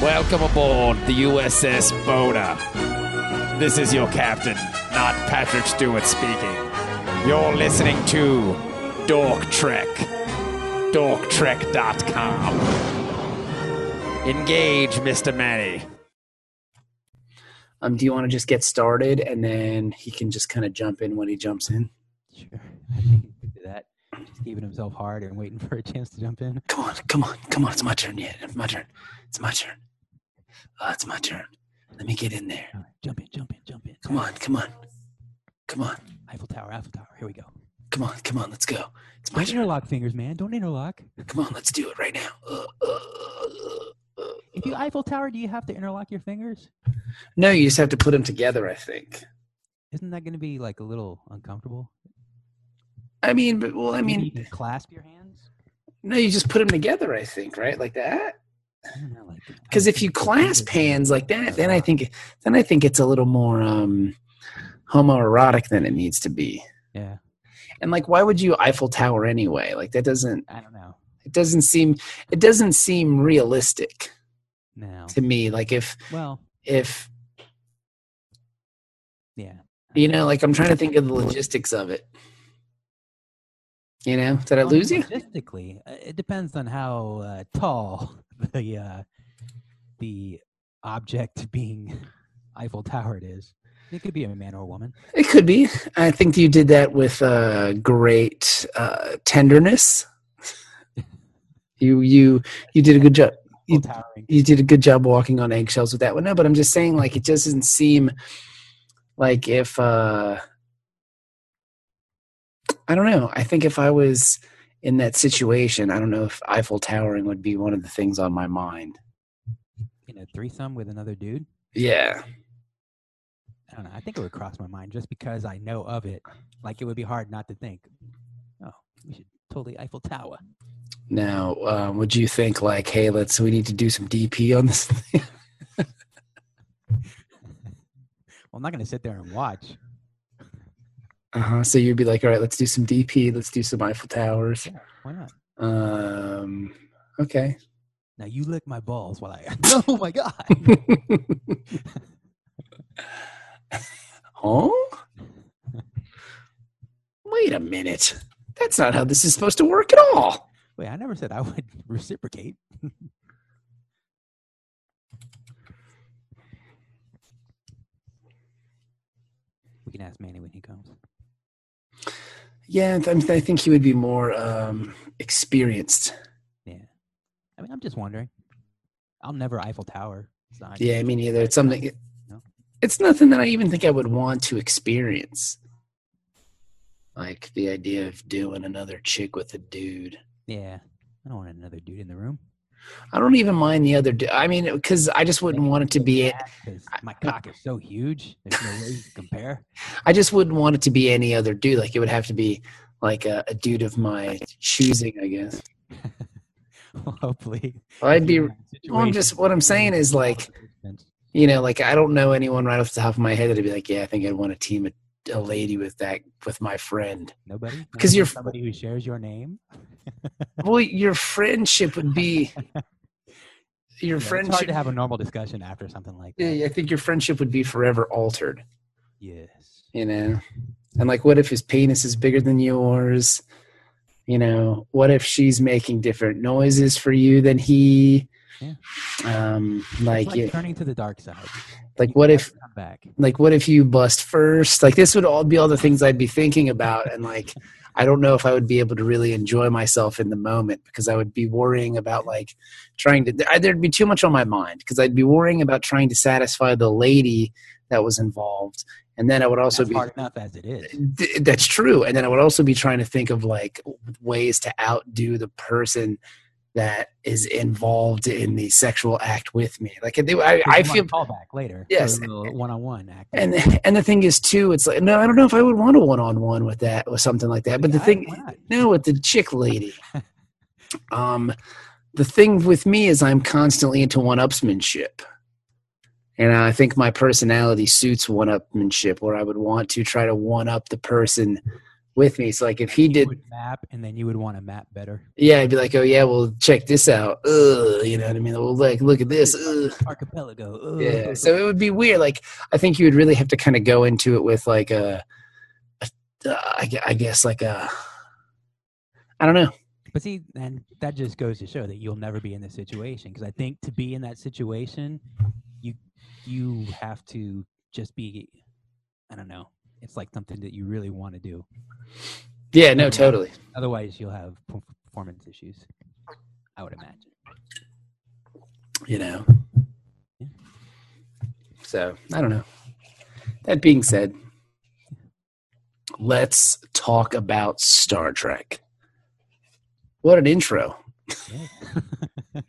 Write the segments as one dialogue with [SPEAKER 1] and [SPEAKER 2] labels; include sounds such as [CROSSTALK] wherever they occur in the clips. [SPEAKER 1] Welcome aboard the USS Boda. This is your captain, not Patrick Stewart speaking. You're listening to Dork Trek. DorkTrek.com. Engage, Mr. Manny.
[SPEAKER 2] Um, do you want to just get started and then he can just kind of jump in when he jumps in?
[SPEAKER 3] Sure. [LAUGHS] I think he could do that. Just [LAUGHS] keeping himself hard and waiting for a chance to jump in.
[SPEAKER 2] Come on, come on, come on. It's my turn yet. It's my turn. It's my turn. Uh, it's my turn. Let me get in there.
[SPEAKER 3] All right, Jump in, jump in, jump in.
[SPEAKER 2] Come on, come on. Come on,
[SPEAKER 3] Eiffel Tower, Eiffel Tower. Here we go.
[SPEAKER 2] come on, come on. Let's go. It's my
[SPEAKER 3] Don't
[SPEAKER 2] turn.
[SPEAKER 3] interlock fingers, man. Don't interlock.
[SPEAKER 2] Come on, let's do it right now. Uh, uh, uh, uh.
[SPEAKER 3] If you Eiffel Tower, do you have to interlock your fingers?
[SPEAKER 2] No, you just have to put them together, I think.
[SPEAKER 3] Isn't that going to be like a little uncomfortable?
[SPEAKER 2] I mean, but well, I
[SPEAKER 3] Maybe you
[SPEAKER 2] mean,
[SPEAKER 3] can clasp your hands.
[SPEAKER 2] no, you just put them together, I think, right? Like that.
[SPEAKER 3] I don't know, like I
[SPEAKER 2] Because
[SPEAKER 3] would
[SPEAKER 2] if you
[SPEAKER 3] think the
[SPEAKER 2] clasp
[SPEAKER 3] fingers-
[SPEAKER 2] hands like that, then I think then I think it's a little more um, homoerotic than it needs to be.
[SPEAKER 3] yeah,
[SPEAKER 2] And like, why would you Eiffel Tower anyway? Like that doesn't
[SPEAKER 3] I don't know.
[SPEAKER 2] it doesn't seem it doesn't seem realistic
[SPEAKER 3] No,
[SPEAKER 2] to me. Like if
[SPEAKER 3] well,
[SPEAKER 2] if
[SPEAKER 3] yeah,
[SPEAKER 2] you know, like I'm trying to think of the logistics of it. You know, did I
[SPEAKER 3] Well,
[SPEAKER 2] lose you?
[SPEAKER 3] Logistically, uh, it depends on how uh, tall [LAUGHS] the uh, the object being [LAUGHS] Eiffel Tower it is. It could be a man or a woman.
[SPEAKER 2] It could be. I think you did that with uh, great uh, tenderness. You you you did a good job. You-
[SPEAKER 3] Eiffel towering.
[SPEAKER 2] You did a good job walking on eggshells with that one. No, but I'm just saying, like it just doesn't seem like if uh, I don't know. I think if I was in that situation, I don't know if Eiffel Towering would be one of the things on my mind.
[SPEAKER 3] in a threesome with another dude.
[SPEAKER 2] Yeah,
[SPEAKER 3] I don't know. I think it would cross my mind just because I know of it. Like it would be hard not to think. Oh, we should totally Eiffel Tower.
[SPEAKER 2] Now, um, would you think like, hey, let's we need to do some DP on this? Thing?
[SPEAKER 3] Well, I'm not going to sit there and watch.
[SPEAKER 2] [LAUGHS] Uh-huh. So you'd be like, all right, let's do some DP, let's do some Eiffel Towers.
[SPEAKER 3] Yeah, why not?
[SPEAKER 2] Um, okay.
[SPEAKER 3] Now you lick my balls while I. [LAUGHS] oh my god.
[SPEAKER 2] oh, [LAUGHS] wait a minute. That's not how this is supposed to work at all.
[SPEAKER 3] Wait, I never said I would [LAUGHS] reciprocate. we can ask Manny when he comes.
[SPEAKER 2] Yeah, I, th- I think he would be more um, experienced.
[SPEAKER 3] I mean, I'm just wondering. I'll never Eiffel Tower. It's not,
[SPEAKER 2] Yeah, I mean, either it's something.
[SPEAKER 3] No.
[SPEAKER 2] It's nothing that I even think I would want to experience. Like the idea of doing another chick with a dude.
[SPEAKER 3] Yeah. I don't want another dude in the room.
[SPEAKER 2] I don't even mind the other. Du- I mean, because I just wouldn't want it to be.
[SPEAKER 3] [LAUGHS]
[SPEAKER 2] a-
[SPEAKER 3] Because my cock is so huge. There's no way you can compare. [LAUGHS]
[SPEAKER 2] I just wouldn't want it to be any other dude. Like it would have to be like a, a dude of my choosing, I guess.
[SPEAKER 3] well, hopefully.
[SPEAKER 2] I'd
[SPEAKER 3] [LAUGHS]
[SPEAKER 2] be.
[SPEAKER 3] you have
[SPEAKER 2] I'm just-
[SPEAKER 3] situations
[SPEAKER 2] what I'm
[SPEAKER 3] where
[SPEAKER 2] saying
[SPEAKER 3] you
[SPEAKER 2] is,
[SPEAKER 3] can
[SPEAKER 2] like,
[SPEAKER 3] offer defense.
[SPEAKER 2] You know, like I don't know anyone right off the top of my head that'd be like, yeah, I think I'd want to team a, a lady with that with my friend.
[SPEAKER 3] nobody. Not
[SPEAKER 2] because
[SPEAKER 3] even
[SPEAKER 2] you're-
[SPEAKER 3] somebody who shares your name.
[SPEAKER 2] Well, your friendship would be. Your
[SPEAKER 3] Yeah, It's hard
[SPEAKER 2] friendship.
[SPEAKER 3] to have a normal discussion after something like that.
[SPEAKER 2] Yeah, yeah, I think your friendship would be forever altered.
[SPEAKER 3] Yes.
[SPEAKER 2] you know and like what if his penis is bigger than yours you know what if she's making different noises for you than he
[SPEAKER 3] Yeah.
[SPEAKER 2] um
[SPEAKER 3] It's
[SPEAKER 2] like
[SPEAKER 3] like
[SPEAKER 2] you-
[SPEAKER 3] turning to the dark side.
[SPEAKER 2] like
[SPEAKER 3] You
[SPEAKER 2] what
[SPEAKER 3] never
[SPEAKER 2] if
[SPEAKER 3] come back?
[SPEAKER 2] like what if you bust first like this would all be all the things i'd be thinking about and like i don't know if i would be able to really enjoy myself in the moment because i would be worrying about like trying to I- there'd be too much on my mind because i'd be worrying about trying to satisfy the lady that was involved and then i would also
[SPEAKER 3] That's
[SPEAKER 2] be
[SPEAKER 3] hard enough as it is.
[SPEAKER 2] Th- that's true and then i would also be trying to think of like ways to outdo the person that is involved in the sexual act with me like they, i, I feel
[SPEAKER 3] call back later.
[SPEAKER 2] Yes.
[SPEAKER 3] One on one act.
[SPEAKER 2] and [LAUGHS] and the thing is too it's like no i don't know if i would want a one-on-one with that or something like that but the
[SPEAKER 3] Yeah,
[SPEAKER 2] thing
[SPEAKER 3] why not?
[SPEAKER 2] no with the chick lady um the thing with me is i'm constantly into one-upsmanship and i think my personality suits one-upmanship where i would want to try to one-up the person with me. So like if he did,
[SPEAKER 3] would map, and then you would want to map better.
[SPEAKER 2] yeah, I'd be like, oh yeah, well check this out. Ugh, you know what I mean? Well, like look at this. Ugh.
[SPEAKER 3] Archipelago. Ugh.
[SPEAKER 2] Yeah. So it would be weird. Like I think you would really have to kind of go into it with like a, a uh, I gue- I guess like a, I don't know.
[SPEAKER 3] But see, and that just goes to show that you'll never be in this situation. Because I think to be in that situation, you you have to just be. I don't know. It's like something that you really want to do.
[SPEAKER 2] Yeah.
[SPEAKER 3] Mm-hmm.
[SPEAKER 2] No. Totally.
[SPEAKER 3] Otherwise, you'll have perf- performance issues. I would imagine.
[SPEAKER 2] You know.
[SPEAKER 3] Yeah.
[SPEAKER 2] So I don't know. That being said, let's talk about Star Trek. What an intro!
[SPEAKER 3] Yeah.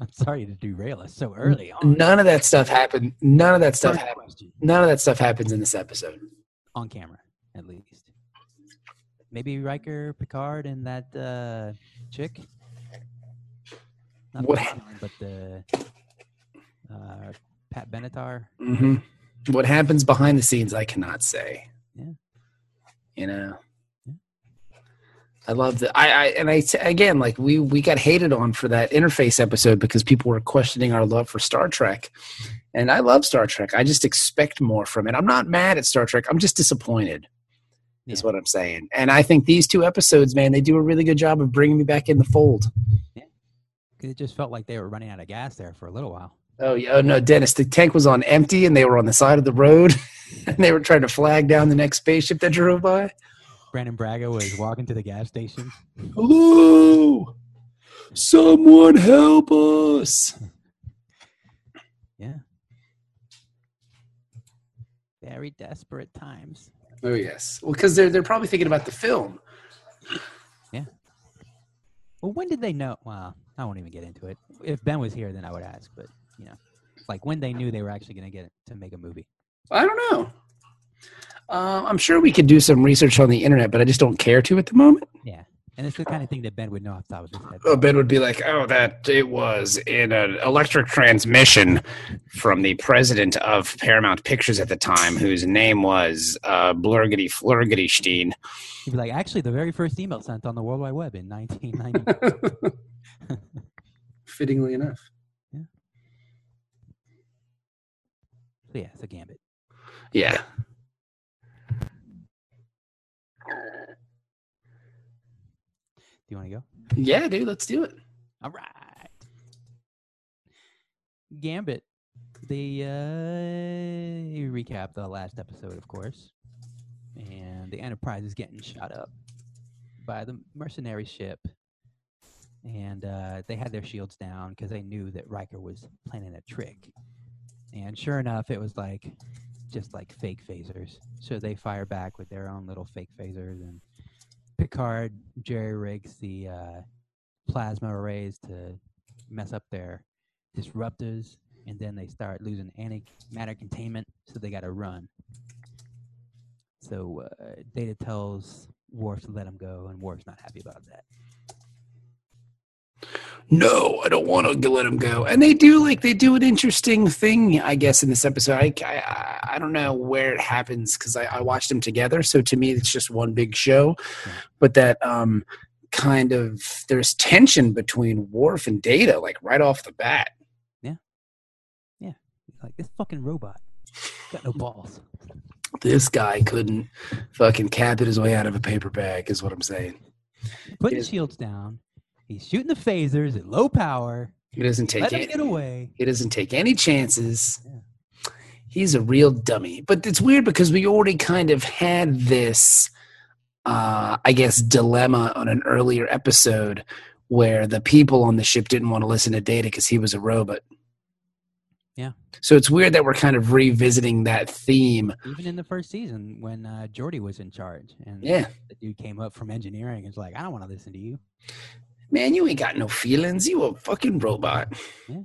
[SPEAKER 3] I'm [LAUGHS] sorry to derail us so early on.
[SPEAKER 2] None of that stuff happened. None of that stuff
[SPEAKER 3] First
[SPEAKER 2] happened.
[SPEAKER 3] question,
[SPEAKER 2] None of that stuff happens in this episode.
[SPEAKER 3] on camera, at least. Maybe Riker, Picard, and that uh, chick. Not
[SPEAKER 2] What-
[SPEAKER 3] Picard, but the uh, Pat Benatar.
[SPEAKER 2] hmm What happens behind the scenes, I cannot say.
[SPEAKER 3] Yeah.
[SPEAKER 2] You know,
[SPEAKER 3] Yeah.
[SPEAKER 2] I love that. I, I and I t- again, like we we got hated on for that interface episode because people were questioning our love for Star Trek, and I love Star Trek. I just expect more from it. I'm not mad at Star Trek. I'm just disappointed. Is
[SPEAKER 3] Yeah.
[SPEAKER 2] what I'm saying. And I think these two episodes, man, they do a really good job of bringing me back in the fold.
[SPEAKER 3] 'Cause It just felt like they were running out of gas there for a little while.
[SPEAKER 2] Oh, yeah. Oh, no, Dennis, the tank was on empty and they were on the side of the road [LAUGHS] and they were trying to flag down the next spaceship that drove by.
[SPEAKER 3] Brandon Braga was walking to the gas station.
[SPEAKER 2] Hello! Someone help us!
[SPEAKER 3] Yeah. Very desperate times.
[SPEAKER 2] Oh, yes. Well, because they're, they're probably thinking about the film.
[SPEAKER 3] Well, when did they know? Well, I won't even get into it. If Ben was here, then I would ask. But you know, like when they knew they were actually going to get to make a movie.
[SPEAKER 2] I don't know. Um, I'm sure we could do some research on the internet, but I just don't care to at the moment.
[SPEAKER 3] And it's the kind of thing that Ben would know off the top of his head.
[SPEAKER 2] Oh, ben would be like, oh, that it was in an electric transmission from the president of Paramount Pictures at the time, whose name was uh, Blurgity Flurgity Steen.
[SPEAKER 3] He'd be like, actually, the very first email sent on the World Wide Web in 1990.
[SPEAKER 2] Fittingly enough.
[SPEAKER 3] [LAUGHS] so yeah, it's a gambit.
[SPEAKER 2] Yeah.
[SPEAKER 3] Do you want to go?
[SPEAKER 2] Yeah, dude, let's do it.
[SPEAKER 3] All right. Gambit. They uh, recap the last episode, of course, and the Enterprise is getting shot up by the mercenary ship, and uh, they had their shields down because they knew that Riker was planning a trick, and sure enough, it was like just like fake phasers. So they fire back with their own little fake phasers, and Picard jerry rigs the. Uh, plasma arrays to mess up their disruptors, and then they start losing antimatter containment, so they got to run. So uh, Data tells Worf to let him go, and Worf's not happy about that.
[SPEAKER 2] No, I don't want to let him go. And they do like they do an interesting thing, I guess, in this episode. I I, I don't know where it happens because I, I watched them together, so to me it's just one big show. But that um kind of there's tension between Worf and Data, like right off the bat.
[SPEAKER 3] Like this fucking robot got no balls.
[SPEAKER 2] This guy couldn't fucking cabbit his way out of a paper bag, is what I'm saying.
[SPEAKER 3] Putting
[SPEAKER 2] Yes.
[SPEAKER 3] shields down, he's shooting the phasers at low power.
[SPEAKER 2] He doesn't take
[SPEAKER 3] let
[SPEAKER 2] it.
[SPEAKER 3] him get away.
[SPEAKER 2] He doesn't take any chances. He's a real dummy. But it's weird because we already kind of had this, uh, I guess, dilemma on an earlier episode where the people on the ship didn't want to listen to Data because he was a robot.
[SPEAKER 3] Yeah.
[SPEAKER 2] So it's weird that we're kind of revisiting that theme.
[SPEAKER 3] Even in the first season, when uh, Jordy was in charge, and
[SPEAKER 2] Yeah.
[SPEAKER 3] the dude came up from engineering and was like, "I don't want to listen to you."
[SPEAKER 2] Man, you ain't got no feelings. You a fucking robot.
[SPEAKER 3] Yeah.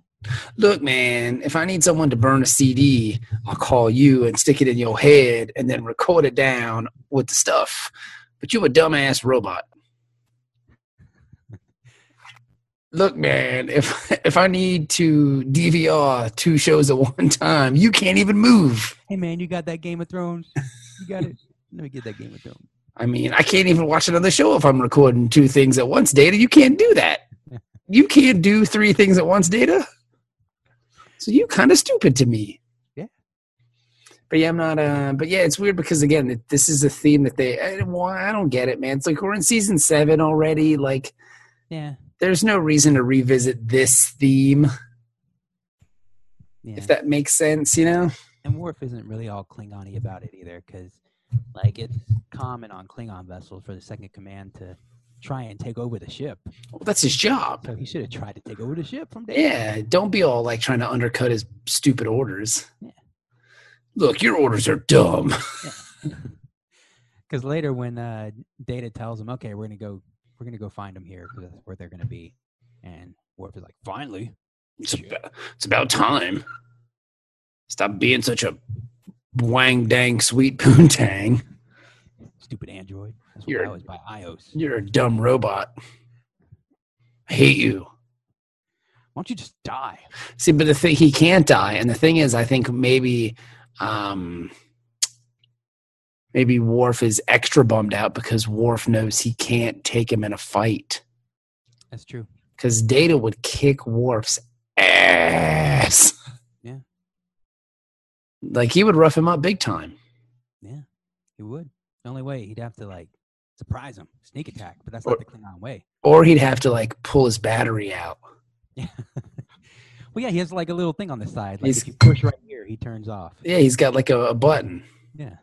[SPEAKER 2] Look, man, if I need someone to burn a CD, I'll call you and stick it in your head and then record it down with the stuff. But you a dumbass robot. Look, man, if [LAUGHS] if I need to DVR two shows at one time, you can't even move.
[SPEAKER 3] [LAUGHS] Hey man, you got that Game of Thrones? You got it. Let me get that Game of Thrones.
[SPEAKER 2] I mean, I can't even watch another show if I'm recording two things at once, Data. You can't do
[SPEAKER 3] [LAUGHS]
[SPEAKER 2] that. You can't do three things at once, Data. So you kind of stupid to me.
[SPEAKER 3] Yeah.
[SPEAKER 2] But yeah, I'm not. Uh, but yeah, it's weird because again, it, this is a theme that they. I, why I don't get it, man. It's like we're in season seven already. Like,
[SPEAKER 3] Yeah.
[SPEAKER 2] there's no reason to revisit this theme
[SPEAKER 3] yeah.
[SPEAKER 2] if that makes sense. You know?
[SPEAKER 3] and Worf isn't really all Klingon-y about it either, because like it's common on Klingon vessels for the second command to try and take over the ship.
[SPEAKER 2] Well, that's his job.
[SPEAKER 3] So he should have tried to take over the ship from day.
[SPEAKER 2] Yeah, don't be all like trying to undercut his stupid orders.
[SPEAKER 3] Yeah.
[SPEAKER 2] Look, your orders are dumb.
[SPEAKER 3] [LAUGHS] Because later, when uh, Data tells him, "Okay, we're gonna go, we're gonna go find them here because that's where they're gonna be," and Worf is like, "Finally,
[SPEAKER 2] It's about, it's about time. Stop being such a wang dang sweet [LAUGHS] poontang.
[SPEAKER 3] stupid android." That's what
[SPEAKER 2] You're-
[SPEAKER 3] I was by iOS. Why
[SPEAKER 2] You're a dumb robot. I hate you.
[SPEAKER 3] don't you just die?
[SPEAKER 2] See, but the thing he can't die, and the thing is, I think maybe, um, maybe Worf is extra bummed out because Worf knows he can't take him in a fight.
[SPEAKER 3] That's true.
[SPEAKER 2] because Data would kick Worf's ass.
[SPEAKER 3] Yeah.
[SPEAKER 2] Like he would rough him up big time.
[SPEAKER 3] He would. The only way he'd have to like surprise him, sneak attack, but that's
[SPEAKER 2] Or-
[SPEAKER 3] not the Klingon way. [LAUGHS]
[SPEAKER 2] Or he'd have to like pull his battery out.
[SPEAKER 3] Yeah. well, yeah, he has like a little thing on the side. Like
[SPEAKER 2] He's-
[SPEAKER 3] if you push right here, he turns off.
[SPEAKER 2] Yeah, he's got like a, a button.
[SPEAKER 3] Yeah.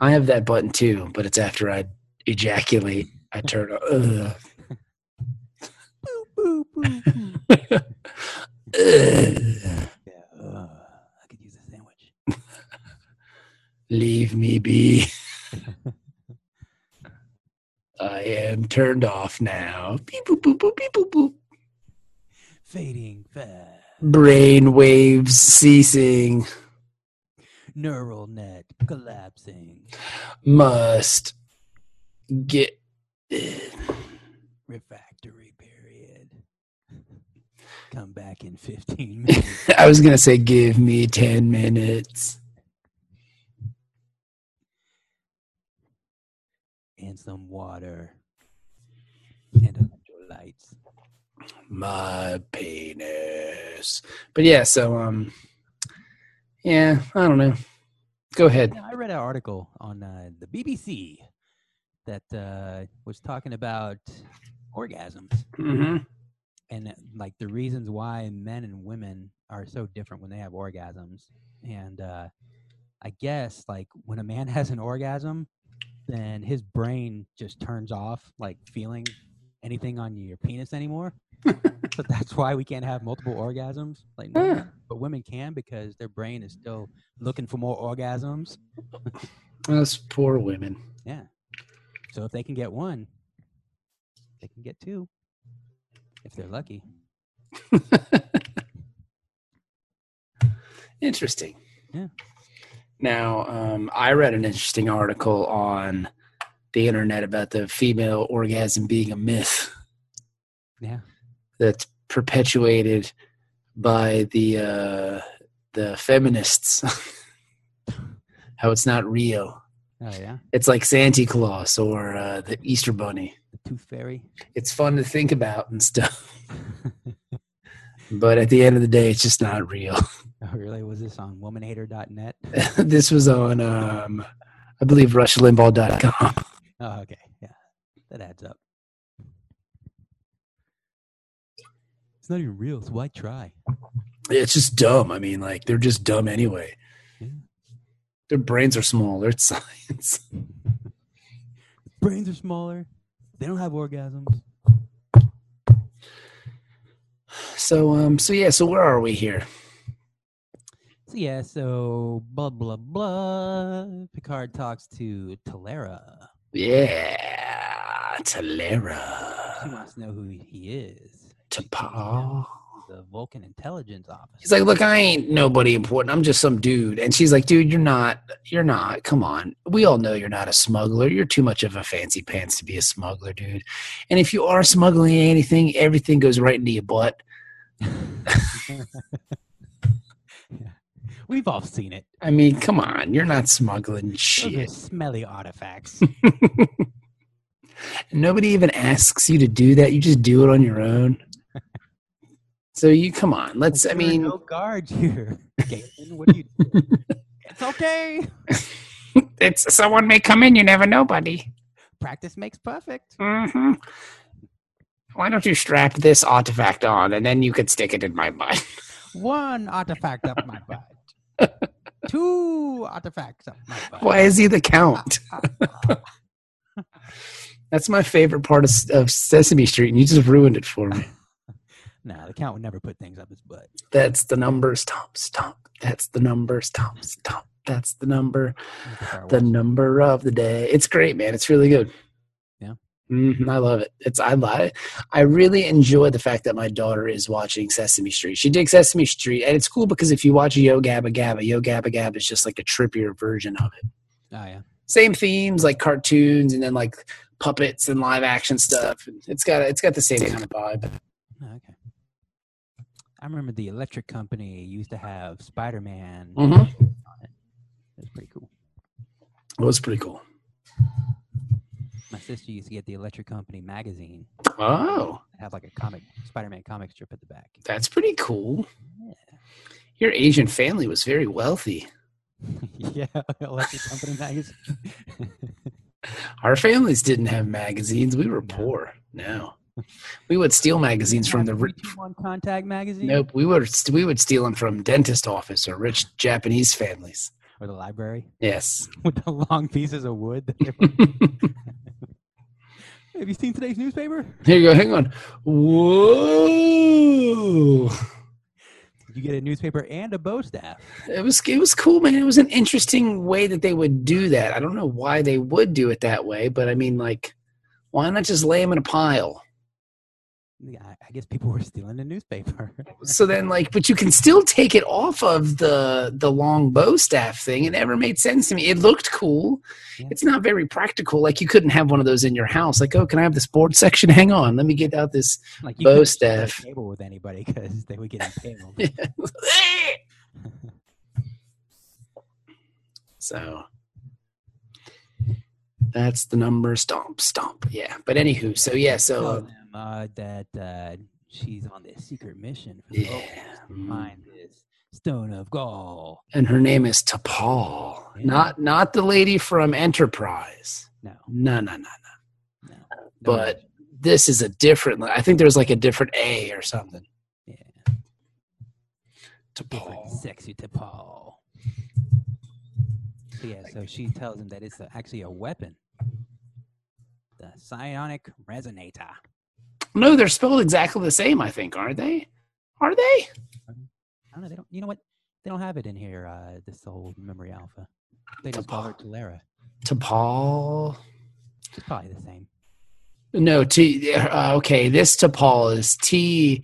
[SPEAKER 2] I have that button too, but it's after I ejaculate. I turn. Ugh.
[SPEAKER 3] Boop, boop, boop, boop.
[SPEAKER 2] Ugh.
[SPEAKER 3] [LAUGHS] yeah. Uh, I could use a sandwich.
[SPEAKER 2] Leave me be. [LAUGHS] I am turned off now. Beep boop boop boop beep boop boop.
[SPEAKER 3] Fading fast.
[SPEAKER 2] Brain waves ceasing.
[SPEAKER 3] Neural net collapsing.
[SPEAKER 2] must get
[SPEAKER 3] Refactory period. [LAUGHS] Come back in 15 minutes.
[SPEAKER 2] I was gonna say give me ten minutes.
[SPEAKER 3] and some water. And electrolytes.
[SPEAKER 2] My penis. But yeah, so um yeah, I don't know. Go ahead.
[SPEAKER 3] Yeah, I read an article on uh, the BBC that uh, was talking about orgasms
[SPEAKER 2] Mm-hmm.
[SPEAKER 3] and uh, like the reasons why men and women are so different when they have orgasms. And uh, I guess like when a man [LAUGHS] has an orgasm, then his brain just turns off like feeling anything on your penis anymore. so that's why we can't have multiple orgasms. Like, no, but women can because their brain is still looking for more orgasms.
[SPEAKER 2] Those poor women. [LAUGHS]
[SPEAKER 3] Yeah. So if they can get one, they can get two. If they're lucky.
[SPEAKER 2] Interesting.
[SPEAKER 3] Yeah.
[SPEAKER 2] Now, um, I read an interesting article on the internet about the female orgasm being a myth.
[SPEAKER 3] Yeah.
[SPEAKER 2] that's perpetuated by the uh, the feminists. [LAUGHS] How it's not real.
[SPEAKER 3] Oh yeah.
[SPEAKER 2] It's like Santa Claus or uh, the Easter Bunny.
[SPEAKER 3] The tooth fairy. [LAUGHS] Oh,
[SPEAKER 2] It's fun to think about and stuff, [LAUGHS] but at the end of the day, it's just not real. [LAUGHS]
[SPEAKER 3] oh really? Was this on [LAUGHS] womanhater.net?
[SPEAKER 2] this was on, um, I believe, RushLimbaugh.com.
[SPEAKER 3] Oh okay. Yeah. That adds up. It's not even real, so why try?
[SPEAKER 2] It's just dumb. I mean, like they're just dumb anyway.
[SPEAKER 3] Yeah.
[SPEAKER 2] Their brains are small. They're [LAUGHS] science.
[SPEAKER 3] Brains are smaller. They don't have orgasms.
[SPEAKER 2] So, um, so yeah. So where are we here?
[SPEAKER 3] So yeah, so blah blah blah. Picard talks to Talera.
[SPEAKER 2] Yeah,
[SPEAKER 3] She
[SPEAKER 2] Talera.
[SPEAKER 3] wants to know who he is.
[SPEAKER 2] Tapa.
[SPEAKER 3] the Vulcan intelligence office.
[SPEAKER 2] He's like, look, I ain't nobody important. I'm just some dude. And she's like, dude, you're not. You're not. Come on. We all know you're not a smuggler. You're too much of a fancy pants to be a smuggler, dude. And if you are smuggling anything, everything goes right into your butt.
[SPEAKER 3] [LAUGHS] Yeah. We've all seen it.
[SPEAKER 2] I mean, come on, you're not smuggling
[SPEAKER 3] Those are [LAUGHS]
[SPEAKER 2] shit. [LAUGHS]
[SPEAKER 3] smelly artifacts.
[SPEAKER 2] Nobody even asks you to do that. You just do it on your own. so you come on. Let's. I
[SPEAKER 3] There are
[SPEAKER 2] mean,
[SPEAKER 3] no guards here. [LAUGHS] Galen, what are you? doing?
[SPEAKER 2] [LAUGHS]
[SPEAKER 3] it's okay.
[SPEAKER 2] it's someone may come in. You never know, buddy.
[SPEAKER 3] Practice makes perfect.
[SPEAKER 2] hmm Why don't you strap this artifact on, and then you can stick it in my butt?
[SPEAKER 3] One artifact up my butt.
[SPEAKER 2] [LAUGHS]
[SPEAKER 3] Two artifacts up my butt.
[SPEAKER 2] Why is he the count? [LAUGHS] That's my favorite part of, of Sesame Street, and you just ruined it for me.
[SPEAKER 3] Nah, the count would never put things up his butt.
[SPEAKER 2] That's the number. Stomp, stomp. That's the number. Stomp, stomp. That's the number.
[SPEAKER 3] He's a Star
[SPEAKER 2] the
[SPEAKER 3] Wars.
[SPEAKER 2] number of the day. It's great, man. It's really good.
[SPEAKER 3] Yeah.
[SPEAKER 2] Mhm, I love it. It's I li- I really enjoy the fact that my daughter is watching Sesame Street. She digs Sesame Street, and it's cool because if you watch Yo Gabba Gabba, Yo Gabba Gabba is just like a trippier version of it.
[SPEAKER 3] Oh yeah.
[SPEAKER 2] Same themes, like cartoons, and then like puppets and live action stuff. It's got it's got the same kind of vibe.
[SPEAKER 3] Oh, okay. I remember the electric company used to have Spider Man.
[SPEAKER 2] Mhm.
[SPEAKER 3] It was pretty cool.
[SPEAKER 2] It was pretty cool.
[SPEAKER 3] My sister used to get the electric company magazine.
[SPEAKER 2] Oh,
[SPEAKER 3] It had like a comic Spider Man comic strip at the back. [LAUGHS]
[SPEAKER 2] that's pretty cool. Your Asian family was very wealthy.
[SPEAKER 3] yeah, [LAUGHS] electric company
[SPEAKER 2] [LAUGHS]
[SPEAKER 3] magazine.
[SPEAKER 2] Our families didn't have magazines. We were
[SPEAKER 3] No.
[SPEAKER 2] poor. No, we would steal magazines from the. ri-
[SPEAKER 3] one contact magazine.
[SPEAKER 2] Nope, we would st- we would steal them from dentist office or rich Japanese families.
[SPEAKER 3] Or the library [LAUGHS]
[SPEAKER 2] Yes, [LAUGHS]
[SPEAKER 3] with the long pieces of wood. That they were... [LAUGHS] Have you seen today's newspaper?
[SPEAKER 2] here you go. Hang on. Whoa!
[SPEAKER 3] You get a newspaper and a bow staff.
[SPEAKER 2] It was it was cool, man. It was an interesting way that they would do that. I don't know why they would do it that way, but I mean, like, why not just lay them in a pile?
[SPEAKER 3] Yeah, I I guess people were stealing the newspaper. [LAUGHS]
[SPEAKER 2] so then like but you can still take it off of the the long bow staff thing it never made sense to me it looked cool
[SPEAKER 3] Yeah.
[SPEAKER 2] it's not very practical like you couldn't have one of those in your house like oh can i have this board section [LAUGHS] hang on let me get out this
[SPEAKER 3] like you
[SPEAKER 2] Bow
[SPEAKER 3] couldn't share a
[SPEAKER 2] staff.
[SPEAKER 3] table with anybody because they would get
[SPEAKER 2] [LAUGHS]
[SPEAKER 3] impaled.
[SPEAKER 2] [LAUGHS] so that's the number stomp stomp yeah but anywho so yeah so
[SPEAKER 3] Tell
[SPEAKER 2] uh,
[SPEAKER 3] them uh, that uh, she's on this secret mission for the Vulcans
[SPEAKER 2] yeah
[SPEAKER 3] to find this stone of Gaul.
[SPEAKER 2] and her name is tapal
[SPEAKER 3] Yeah.
[SPEAKER 2] not not the lady from enterprise
[SPEAKER 3] No,
[SPEAKER 2] no no no
[SPEAKER 3] no, no
[SPEAKER 2] But- this is a different i think there's like a different a or something
[SPEAKER 3] yeah,
[SPEAKER 2] to
[SPEAKER 3] different
[SPEAKER 2] Paul.
[SPEAKER 3] sexy to Paul. So yeah, so she tells him that it's a, actually a weapon, the psionic resonator.
[SPEAKER 2] No, they're spelled exactly the same, I think, aren't they? Are they?
[SPEAKER 3] I don't know. They don't. You know what? They don't have it in here. Uh, this whole memory alpha. They just call her Talera.
[SPEAKER 2] To Paul.
[SPEAKER 3] It's probably the same.
[SPEAKER 2] No, T. Uh, okay, this to Paul is T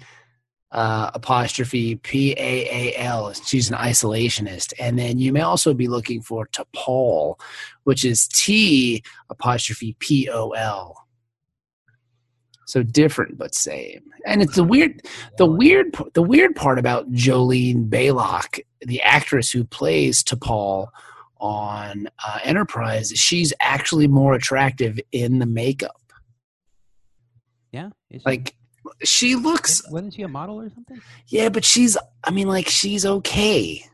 [SPEAKER 2] uh, apostrophe P A A L. She's an isolationist. And then you may also be looking for to Paul, which is T apostrophe P O L. So different, but same. And it's the weird. the
[SPEAKER 3] Well,
[SPEAKER 2] weird p- the weird part about Jolene Baylock, the actress who plays T'Pol on uh, Enterprise, is she's actually more attractive in the makeup.
[SPEAKER 3] Yeah. is she-
[SPEAKER 2] Like she looks,
[SPEAKER 3] wasn't she a model or something?
[SPEAKER 2] yeah, but she's I mean, like she's okay,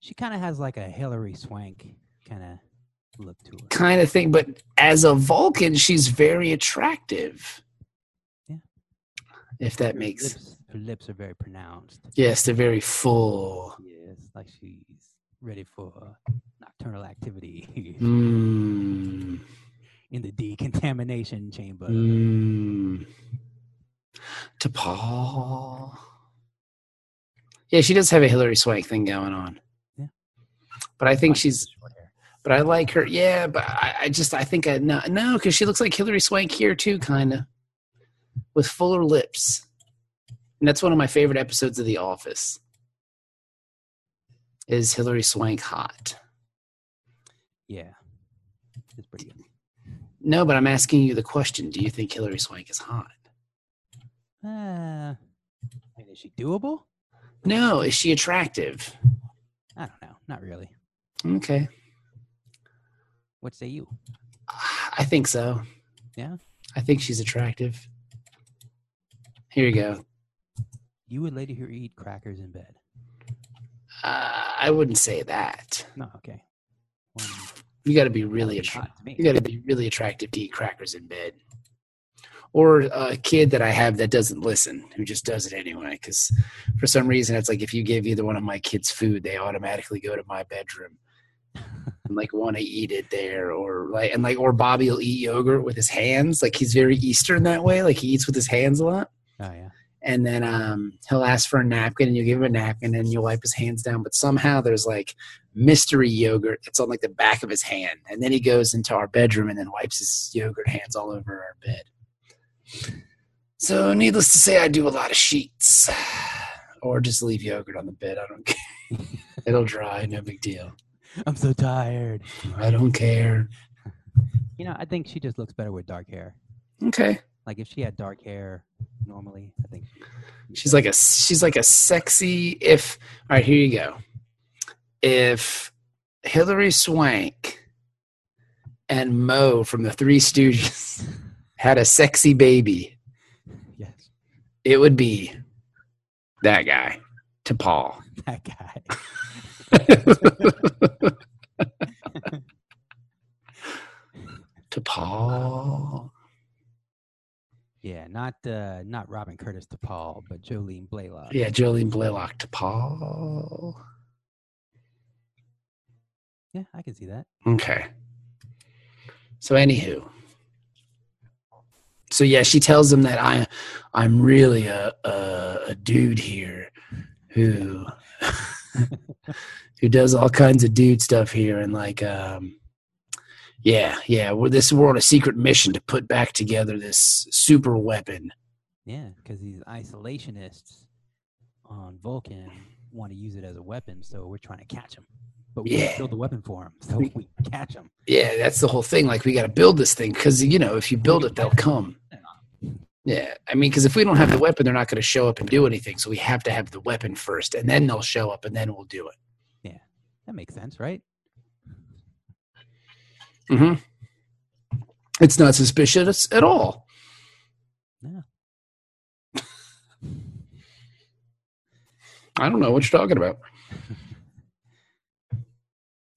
[SPEAKER 3] She kind of has like a Hillary Swank kind of look to her.
[SPEAKER 2] kind of thing. But as a Vulcan, she's very attractive.
[SPEAKER 3] Yeah.
[SPEAKER 2] If that
[SPEAKER 3] Her
[SPEAKER 2] makes
[SPEAKER 3] lips, her lips are very pronounced.
[SPEAKER 2] yes, they're very full.
[SPEAKER 3] Yes, like she's ready for nocturnal activity [LAUGHS]
[SPEAKER 2] Mm.
[SPEAKER 3] in the decontamination [LAUGHS] chamber.
[SPEAKER 2] Mm. To Paul. Yeah, she does have a Hillary Swank thing going on.
[SPEAKER 3] Yeah.
[SPEAKER 2] But I think
[SPEAKER 3] Fine,
[SPEAKER 2] she's.
[SPEAKER 3] short hair.
[SPEAKER 2] But I like her. Yeah, but I, I just I think I no no because she looks like Hillary Swank here too, kind of, with fuller lips, and that's one of my favorite episodes of The Office. Is Hillary Swank hot?
[SPEAKER 3] Yeah, it's pretty good.
[SPEAKER 2] No, but I'm asking you the question. Do you think Hillary Swank is hot?
[SPEAKER 3] Uh, I mean, is she doable?
[SPEAKER 2] No, is she attractive?
[SPEAKER 3] I don't know. Not really.
[SPEAKER 2] Okay.
[SPEAKER 3] What say you?
[SPEAKER 2] I think so.
[SPEAKER 3] Yeah?
[SPEAKER 2] I think she's attractive. Here you go.
[SPEAKER 3] You would let her eat crackers in bed.
[SPEAKER 2] Uh, I wouldn't say that.
[SPEAKER 3] No, okay. Well,
[SPEAKER 2] You got to be really
[SPEAKER 3] that'd be
[SPEAKER 2] attractive.
[SPEAKER 3] hot to me.
[SPEAKER 2] You got to be really attractive to eat crackers in bed. Or uh, a kid that I have that doesn't listen, who just does it anyway. Because for some reason, it's like if you give either one of my kids food, they automatically go to my bedroom and like want to eat it there, or like and like or Bobby will eat yogurt with his hands. Like he's very Eastern that way. Like he eats with his hands a lot.
[SPEAKER 3] Oh yeah.
[SPEAKER 2] and then um, he'll ask for a napkin and you give him a napkin and you wipe his hands down but somehow there's like mystery yogurt it's on like the back of his hand and then he goes into our bedroom and then wipes his yogurt hands all over our bed so needless to say i do a lot of sheets or just leave yogurt on the bed i don't [LAUGHS] care it'll dry no big deal
[SPEAKER 3] I'm so tired.
[SPEAKER 2] i don't care
[SPEAKER 3] You know, I think she just looks better with dark hair.
[SPEAKER 2] okay
[SPEAKER 3] Like if she had dark hair normally, I think she,
[SPEAKER 2] She's like a she's like a sexy if all right, here you go. If Hillary Swank and Mo from the Three Stooges [LAUGHS] had a sexy baby,
[SPEAKER 3] [LAUGHS] yes,
[SPEAKER 2] it would be that guy to Paul.
[SPEAKER 3] that guy. [LAUGHS]
[SPEAKER 2] to Paul.
[SPEAKER 3] Yeah, not uh, not Robin Curtis to Paul, but Jolene Blaylock.
[SPEAKER 2] Yeah, Jolene Blaylock to Paul.
[SPEAKER 3] yeah, I can see that.
[SPEAKER 2] Okay. So anywho. So yeah, she tells him that I I'm really a a, a dude here who [LAUGHS] who does all kinds of dude stuff here and like um yeah, yeah, we're this we're on a secret mission to put back together this super weapon.
[SPEAKER 3] Yeah, because these isolationists on Vulcan want to use it as a weapon, so we're trying to catch them. But we
[SPEAKER 2] Yeah.
[SPEAKER 3] can't build the weapon for them, so
[SPEAKER 2] We-
[SPEAKER 3] we catch them.
[SPEAKER 2] Yeah, that's the whole thing. Like we got to build this thing cuz you know, if you build it they'll come. Yeah, I mean, because if we don't have the weapon, they're not going to show up and do anything. So we have to have the weapon first, and then they'll show up, and then we'll do it.
[SPEAKER 3] That makes sense, right?
[SPEAKER 2] Mm-hmm. It's not suspicious at all.
[SPEAKER 3] Yeah.
[SPEAKER 2] I don't know what you're talking about.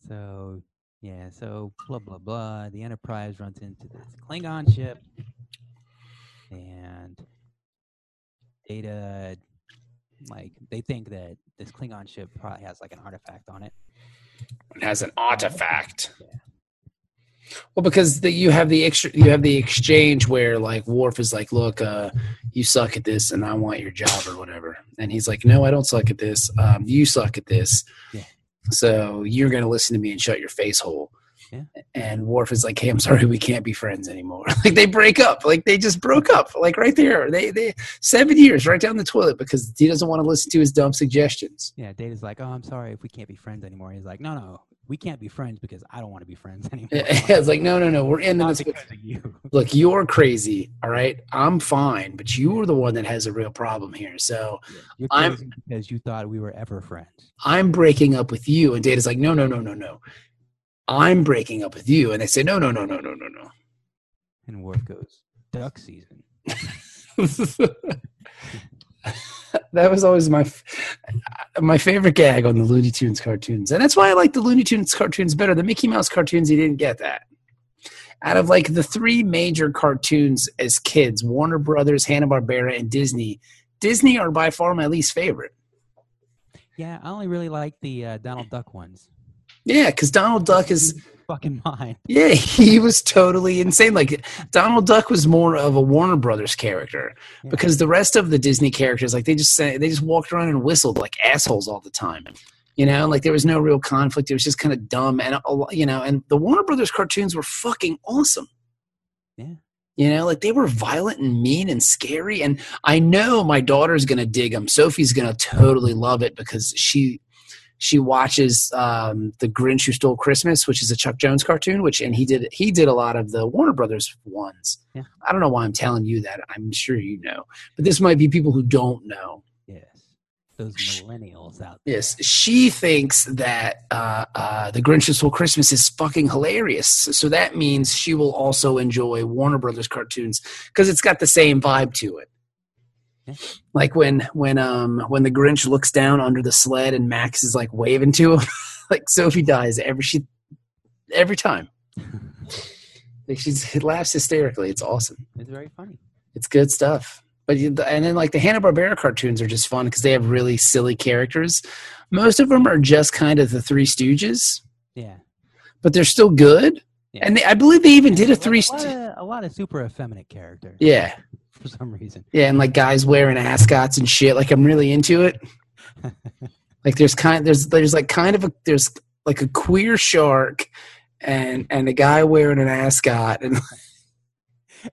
[SPEAKER 3] So yeah, so blah blah blah. The Enterprise runs into this Klingon ship, and Data, like they think that this Klingon ship probably has like an artifact on it.
[SPEAKER 2] It has an artifact. Well, because the, you have the extra, you have the exchange where like Worf is like, "Look, uh, you suck at this, and I want your job or whatever," and he's like, "No, I don't suck at this. Um, you suck at this.
[SPEAKER 3] Yeah.
[SPEAKER 2] So you're going to listen to me and shut your face hole."
[SPEAKER 3] Yeah.
[SPEAKER 2] And Worf is like, "Hey, I'm sorry, we can't be friends anymore." [LAUGHS] like they break up. Like they just broke up. Like right there, they they seven years right down the toilet because he doesn't want to listen to his dumb suggestions. [LAUGHS]
[SPEAKER 3] Yeah, Data's like, oh, I'm sorry if we can't be friends anymore. He's like, no, no, we can't be friends because I don't want to be friends [LAUGHS] anymore.
[SPEAKER 2] [LAUGHS] it's like, no, no, no, we're ending
[SPEAKER 3] Not
[SPEAKER 2] this. with-
[SPEAKER 3] because of you. [LAUGHS]
[SPEAKER 2] look, you're crazy, all right? I'm fine, but you are the one that has a real problem here. So
[SPEAKER 3] You're
[SPEAKER 2] I'm-
[SPEAKER 3] crazy because you thought we were ever friends.
[SPEAKER 2] I'm breaking up with you. And Data's like, no, no, no, no, no. I'm breaking up with you. And they say, no, no, no, no, no, no,
[SPEAKER 3] And Worf goes, duck season.
[SPEAKER 2] no. [LAUGHS] that was always my f- my favorite gag on the Looney Tunes cartoons. And that's why I like the Looney Tunes cartoons better. The Mickey Mouse cartoons, you didn't get that. Out of like the three major cartoons as kids, Warner Brothers, Hanna-Barbera, and Disney, Disney are by far my least favorite.
[SPEAKER 3] Yeah, I only really like the uh, Donald Duck ones. [LAUGHS]
[SPEAKER 2] Yeah, because Donald Duck is
[SPEAKER 3] Fucking mine.
[SPEAKER 2] yeah, [LAUGHS] he was totally insane. Like Donald Duck was more of a Warner Brothers character
[SPEAKER 3] Yeah.
[SPEAKER 2] because the rest of the Disney characters, like they just sang, they just walked around and whistled like assholes all the time. You know, like there was no real conflict. It was just kind of dumb, and a lo- you know, and the Warner Brothers cartoons were fucking awesome.
[SPEAKER 3] Yeah.
[SPEAKER 2] You know, like they were violent and mean and scary. And I know my daughter's gonna dig them. Sophie's gonna totally love it because she she watches um, the Grinch Who Stole Christmas, which is a Chuck Jones cartoon, which and he did he did a lot of the Warner Brothers ones.
[SPEAKER 3] Yeah.
[SPEAKER 2] I don't know why I'm telling you that. I'm sure you know, but this might be people who don't know.
[SPEAKER 3] Yes. those millennials out there.
[SPEAKER 2] Yes, she thinks that uh, uh, the Grinch's Whole Christmas is fucking hilarious. So that means she will also enjoy Warner Brothers cartoons because it's got the same vibe to it.
[SPEAKER 3] Yeah.
[SPEAKER 2] Like when when um when the Grinch looks down under the sled and Max is like waving to him, [LAUGHS] like Sophie dies every she every time. like she laughs hysterically. It's awesome.
[SPEAKER 3] It's very funny.
[SPEAKER 2] It's good stuff. But you, and then like the Hanna Barbera cartoons are just fun because they have really silly characters. Most of them are just kind of the Three Stooges,
[SPEAKER 3] Yeah.
[SPEAKER 2] but they're still good.
[SPEAKER 3] Yeah.
[SPEAKER 2] And they, I believe they even did a
[SPEAKER 3] lot-
[SPEAKER 2] Three.
[SPEAKER 3] lot
[SPEAKER 2] St-
[SPEAKER 3] of- a lot of super effeminate characters.
[SPEAKER 2] yeah,
[SPEAKER 3] For some reason. [LAUGHS]
[SPEAKER 2] yeah, and like guys wearing ascots and shit. Like I'm really into it. like there's kind there's there's like kind of a there's like a queer shark, and and a guy wearing an ascot, and [LAUGHS]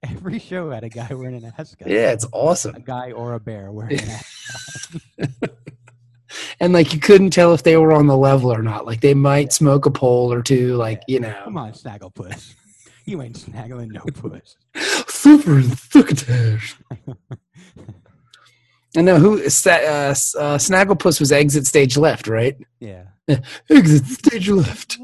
[SPEAKER 3] Every show had a guy wearing an ascot.
[SPEAKER 2] yeah, it's awesome.
[SPEAKER 3] A guy or a bear
[SPEAKER 2] [LAUGHS]
[SPEAKER 3] wearing an ascot.
[SPEAKER 2] and like you couldn't tell if they were on the level or not. Like they might smoke a pole or two, like you
[SPEAKER 3] Come
[SPEAKER 2] know,
[SPEAKER 3] on, Snagglepuss. [LAUGHS] You ain't snaggling
[SPEAKER 2] [LAUGHS]
[SPEAKER 3] no puss. [LAUGHS]
[SPEAKER 2] super thugatash. I know who Sa- uh, S- uh, Snagglepuss was exit stage left, right?
[SPEAKER 3] Yeah.
[SPEAKER 2] Exit stage left.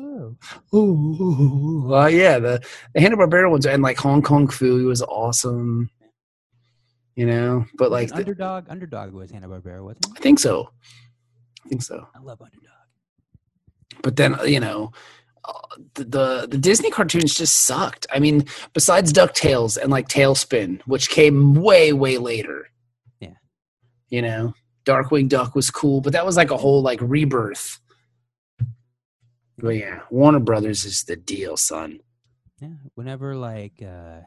[SPEAKER 2] Ooh, uh, yeah, the the Hanna Barbera ones and like Hong Kong Foo was awesome. You know, but like
[SPEAKER 3] Like
[SPEAKER 2] the,
[SPEAKER 3] underdog, underdog was Hanna Barbera, wasn't
[SPEAKER 2] I
[SPEAKER 3] it?
[SPEAKER 2] think so, I think so.
[SPEAKER 3] I love underdog.
[SPEAKER 2] but then uh, you know uh, the, the the Disney cartoons just sucked. I mean, besides DuckTales and like Tailspin, which came way way later.
[SPEAKER 3] Yeah.
[SPEAKER 2] You know, Darkwing Duck was cool, but that was like a whole like rebirth. But yeah, Warner Brothers is the deal, son.
[SPEAKER 3] Yeah. Whenever like uh,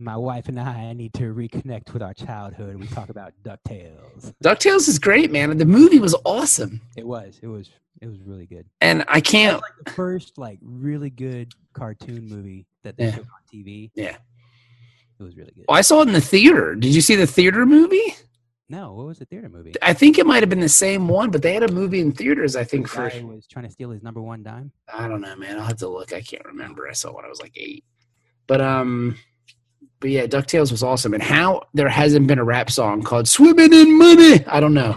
[SPEAKER 3] my wife and I need to reconnect with our childhood, we talk about Ducktales.
[SPEAKER 2] DuckTales is great, man. The movie was awesome.
[SPEAKER 3] It was, it was, it was really good.
[SPEAKER 2] And I can't
[SPEAKER 3] The first like really good cartoon movie that they
[SPEAKER 2] Yeah.
[SPEAKER 3] showed on TV.
[SPEAKER 2] Yeah.
[SPEAKER 3] It was really good.
[SPEAKER 2] I saw it in the theater. Did you see the theater movie?
[SPEAKER 3] No, what was the theater movie?
[SPEAKER 2] I think it might have been the same one, but they had a movie in theaters, I think,
[SPEAKER 3] The
[SPEAKER 2] for
[SPEAKER 3] guy was trying to steal his number one dime.
[SPEAKER 2] I don't know, man. I'll have to look. I can't remember. I saw it when I was like eight. But um, but yeah, Ducktales was awesome. And how there hasn't been a rap song called "Swimming in Money"? I don't know.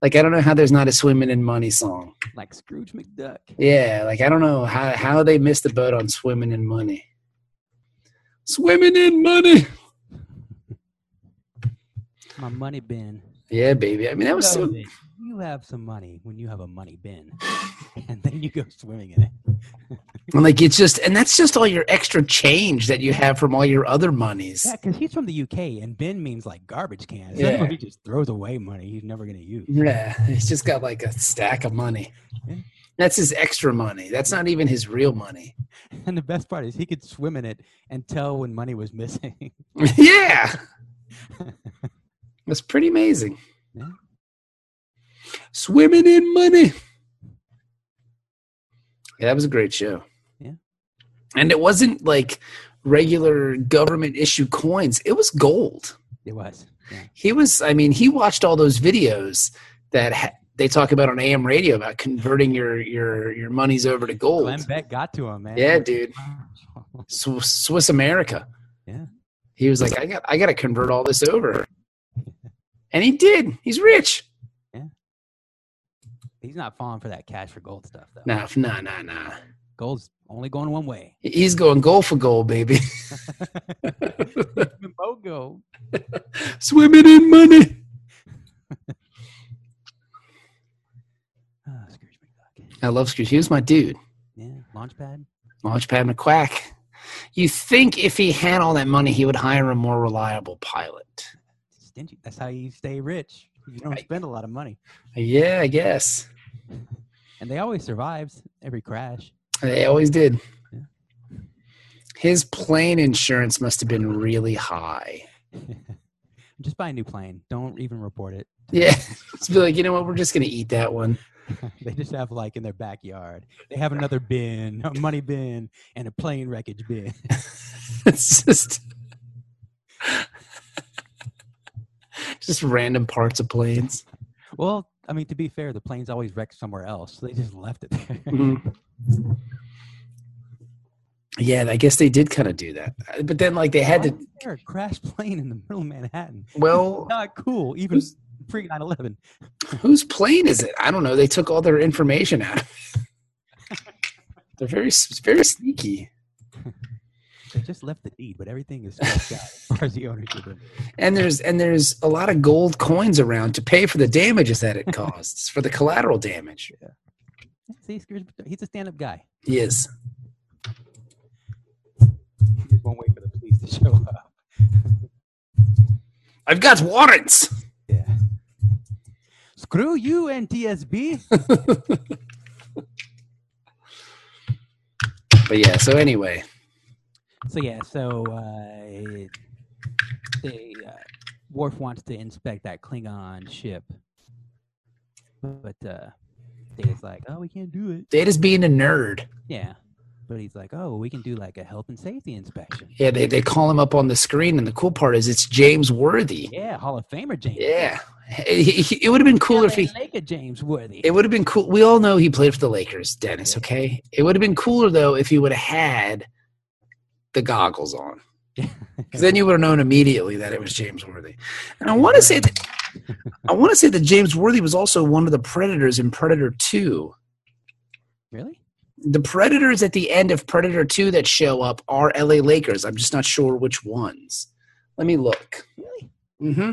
[SPEAKER 2] Like I don't know how there's not a "Swimming in Money" song.
[SPEAKER 3] Like Scrooge McDuck.
[SPEAKER 2] Yeah, like I don't know how how they missed the boat on "Swimming in Money." Swimming in money.
[SPEAKER 3] My money bin.
[SPEAKER 2] Yeah, baby. I mean, that was
[SPEAKER 3] Know
[SPEAKER 2] so.
[SPEAKER 3] that You have some money when you have a money bin,
[SPEAKER 2] [LAUGHS]
[SPEAKER 3] and then you go swimming in it.
[SPEAKER 2] And like it's just, and that's just all your extra change that you have from all your other monies.
[SPEAKER 3] Yeah, because he's from the UK, and bin means like garbage can. So
[SPEAKER 2] Yeah.
[SPEAKER 3] that's why he just throws away money he's never going to use.
[SPEAKER 2] Yeah, he's just got like a stack of money.
[SPEAKER 3] Yeah.
[SPEAKER 2] That's his extra money. That's not even his real money. [LAUGHS]
[SPEAKER 3] And the best part is he could swim in it and tell when money was [LAUGHS] missing.
[SPEAKER 2] yeah. That's pretty amazing.
[SPEAKER 3] Yeah.
[SPEAKER 2] Swimming in money. Yeah, that was a great show.
[SPEAKER 3] Yeah.
[SPEAKER 2] And it wasn't like regular government issue coins, it was gold.
[SPEAKER 3] it was. Yeah.
[SPEAKER 2] He was, I mean, he watched all those videos that ha- they talk about on AM radio about converting your your your monies over to gold.
[SPEAKER 3] Glenn Beck got to him, man.
[SPEAKER 2] Oh, Yeah, dude. Sw- Swiss America.
[SPEAKER 3] Yeah.
[SPEAKER 2] He was like, I got, I got to convert all this
[SPEAKER 3] [LAUGHS]
[SPEAKER 2] over, and he did. He's rich.
[SPEAKER 3] [LAUGHS] He's not falling for that cash for gold stuff, though.
[SPEAKER 2] Nah, f- nah, nah, nah.
[SPEAKER 3] Gold's only going one
[SPEAKER 2] [LAUGHS]
[SPEAKER 3] way. [LAUGHS]
[SPEAKER 2] He- He's going goal for goal, baby. [LAUGHS]
[SPEAKER 3] Mogo.
[SPEAKER 2] Swimming in money.
[SPEAKER 3] Oh, Scrooge McDuck.
[SPEAKER 2] I love Scrooge. He was my dude,
[SPEAKER 3] Yeah, Launchpad.
[SPEAKER 2] Launchpad McQuack. You think if he had all that money, he would hire a more reliable pilot?
[SPEAKER 3] Stingy. That's how you stay rich. You don't
[SPEAKER 2] Right.
[SPEAKER 3] spend a lot of money.
[SPEAKER 2] Yeah, I guess
[SPEAKER 3] And they always survives every crash. [LAUGHS]
[SPEAKER 2] they always did.
[SPEAKER 3] Yeah.
[SPEAKER 2] His plane insurance must have been really high.
[SPEAKER 3] Just buy a new plane. Don't even report it. [LAUGHS]
[SPEAKER 2] Yeah. Just be like, you know what? We're just gonna eat that one. [LAUGHS]
[SPEAKER 3] they just have like in their backyard. They have another bin, a money bin, and a plane wreckage bin. [LAUGHS]
[SPEAKER 2] it's just [LAUGHS] just random parts of planes.
[SPEAKER 3] well, I mean, to be fair, the plane's always wrecked somewhere else. So they just left it there.
[SPEAKER 2] Mhm. Yeah, I guess they did kind of do that, Uh, but then like they had
[SPEAKER 3] Why
[SPEAKER 2] to.
[SPEAKER 3] is there a crashed plane in the middle of Manhattan?
[SPEAKER 2] Well,
[SPEAKER 3] Not cool. Even pre 9 11.
[SPEAKER 2] Whose plane is it? I don't know. They took all their information out. of it. [LAUGHS] They're very s- very sneaky.
[SPEAKER 3] They just left the deed, but everything is scratched out as far as the ownership of it.
[SPEAKER 2] And there's and there's a lot of gold coins around to pay for the damages that it caused for the collateral damage.
[SPEAKER 3] See, Scrooge, he's a stand up guy.
[SPEAKER 2] Yes.
[SPEAKER 3] He just won't wait for the police to show up.
[SPEAKER 2] I've got warrants.
[SPEAKER 3] Yeah. Screw you, NTSB.
[SPEAKER 2] But yeah, so anyway,
[SPEAKER 3] So yeah, so uh, they uh, Worf wants to inspect that Klingon ship, but uh, Data's like, "Oh, we can't do it."
[SPEAKER 2] Data's being a nerd.
[SPEAKER 3] Yeah, but he's like, "Oh, we can do like a health and safety inspection."
[SPEAKER 2] Yeah, they, they call him up on the screen, and the cool part is it's James Worthy.
[SPEAKER 3] Yeah, Hall of Famer James.
[SPEAKER 2] Yeah. He- he- it would have been cooler if he
[SPEAKER 3] Lake of James Worthy.
[SPEAKER 2] It would have been cool. We all know he played for the Lakers, Dennis. Okay. It would have been cooler though if he would have had the goggles on, because then you would have known immediately that it was James Worthy. And I want to say that I want to say that James Worthy was also one of the Predators in Predator Two.
[SPEAKER 3] really?
[SPEAKER 2] The Predators at the end of Predator Two that show up are L.A. Lakers. I'm just not sure which ones. Let me look.
[SPEAKER 3] Really?
[SPEAKER 2] Mm-hmm.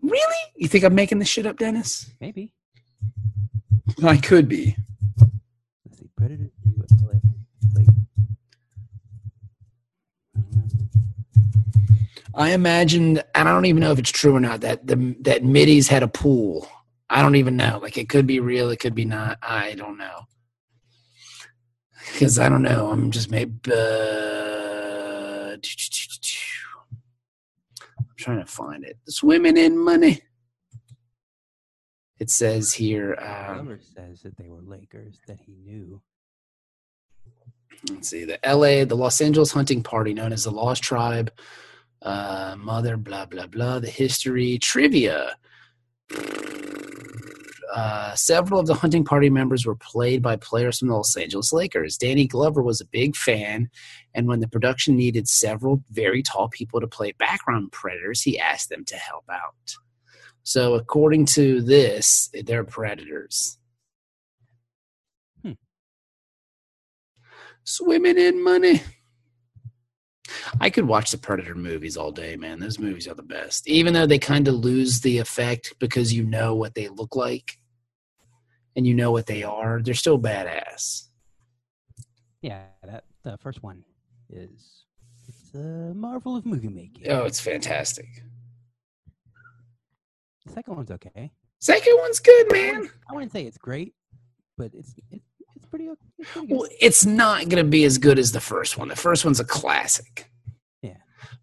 [SPEAKER 2] Really? You think I'm making this shit up, Dennis?
[SPEAKER 3] Maybe.
[SPEAKER 2] I could be.
[SPEAKER 3] Let's see, Predator Two, LA, like. I don't know.
[SPEAKER 2] I imagined, and I don't even know if it's true or not, that the that Middies had a pool. I don't even know. Like it could be real, it could be not. I don't know. Because I don't know. I'm just maybe. Uh, I'm trying to find it. Swimming in money. It says here. Um,
[SPEAKER 3] Glover says that they were Lakers that he knew.
[SPEAKER 2] let's see the la the los angeles hunting party known as the lost tribe uh, mother blah blah blah the history trivia uh, several of the hunting party members were played by players from the Los Angeles Lakers. Danny Glover was a big fan, and when the production needed several very tall people to play background predators, he asked them to help out. So, according to this, they're predators. swimming in money. I could watch the Predator movies all day, man. Those movies are the best. Even though they kind of lose the effect because you know what they look like and you know what they are, they're still badass.
[SPEAKER 3] Yeah, that the first one is it's a marvel of movie making.
[SPEAKER 2] Oh, it's fantastic.
[SPEAKER 3] The second one's okay.
[SPEAKER 2] Second one's good,
[SPEAKER 3] I
[SPEAKER 2] man.
[SPEAKER 3] wouldn't, I wouldn't say it's great, but it's it, it's pretty okay. It's pretty good.
[SPEAKER 2] Well, it's not going to be as good as the first one. The first one's a classic.
[SPEAKER 3] Yeah.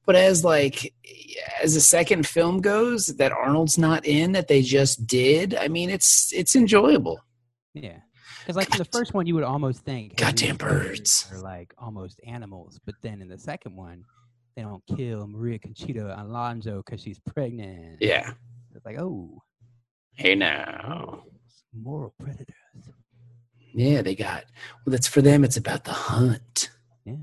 [SPEAKER 2] But as like as the second film goes that Arnold's not in that they just did, I mean it's it's enjoyable.
[SPEAKER 3] yeah, because like in the
[SPEAKER 2] God-
[SPEAKER 3] first one, you would almost think hey, these
[SPEAKER 2] Goddamn birds.
[SPEAKER 3] are like almost animals, but then in the second one, they don't kill Maria Conchita Alonso because she's pregnant.
[SPEAKER 2] Yeah.
[SPEAKER 3] it's like oh,
[SPEAKER 2] Hey now.
[SPEAKER 3] moral predators.
[SPEAKER 2] Yeah, they got. Well, that's for them. It's about the hunt.
[SPEAKER 3] Yeah.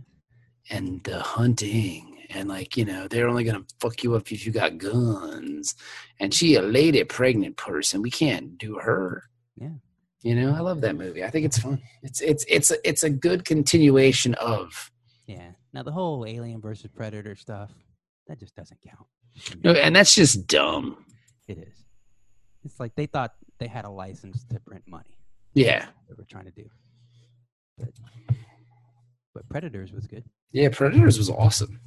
[SPEAKER 2] And the hunting, and like you know, they're only gonna fuck you up if you got guns. And she a lady, pregnant person. We can't do her.
[SPEAKER 3] Yeah.
[SPEAKER 2] You know, I love that movie. I think it's fun. It's it's it's a, it's a good continuation of.
[SPEAKER 3] Yeah. Now the whole alien versus predator stuff that just doesn't count. to me.
[SPEAKER 2] No, and that's just dumb.
[SPEAKER 3] It is. It's like they thought they had a license to print money.
[SPEAKER 2] Yeah.
[SPEAKER 3] They were trying to do. But, but Predators was good.
[SPEAKER 2] Yeah, Predators was awesome.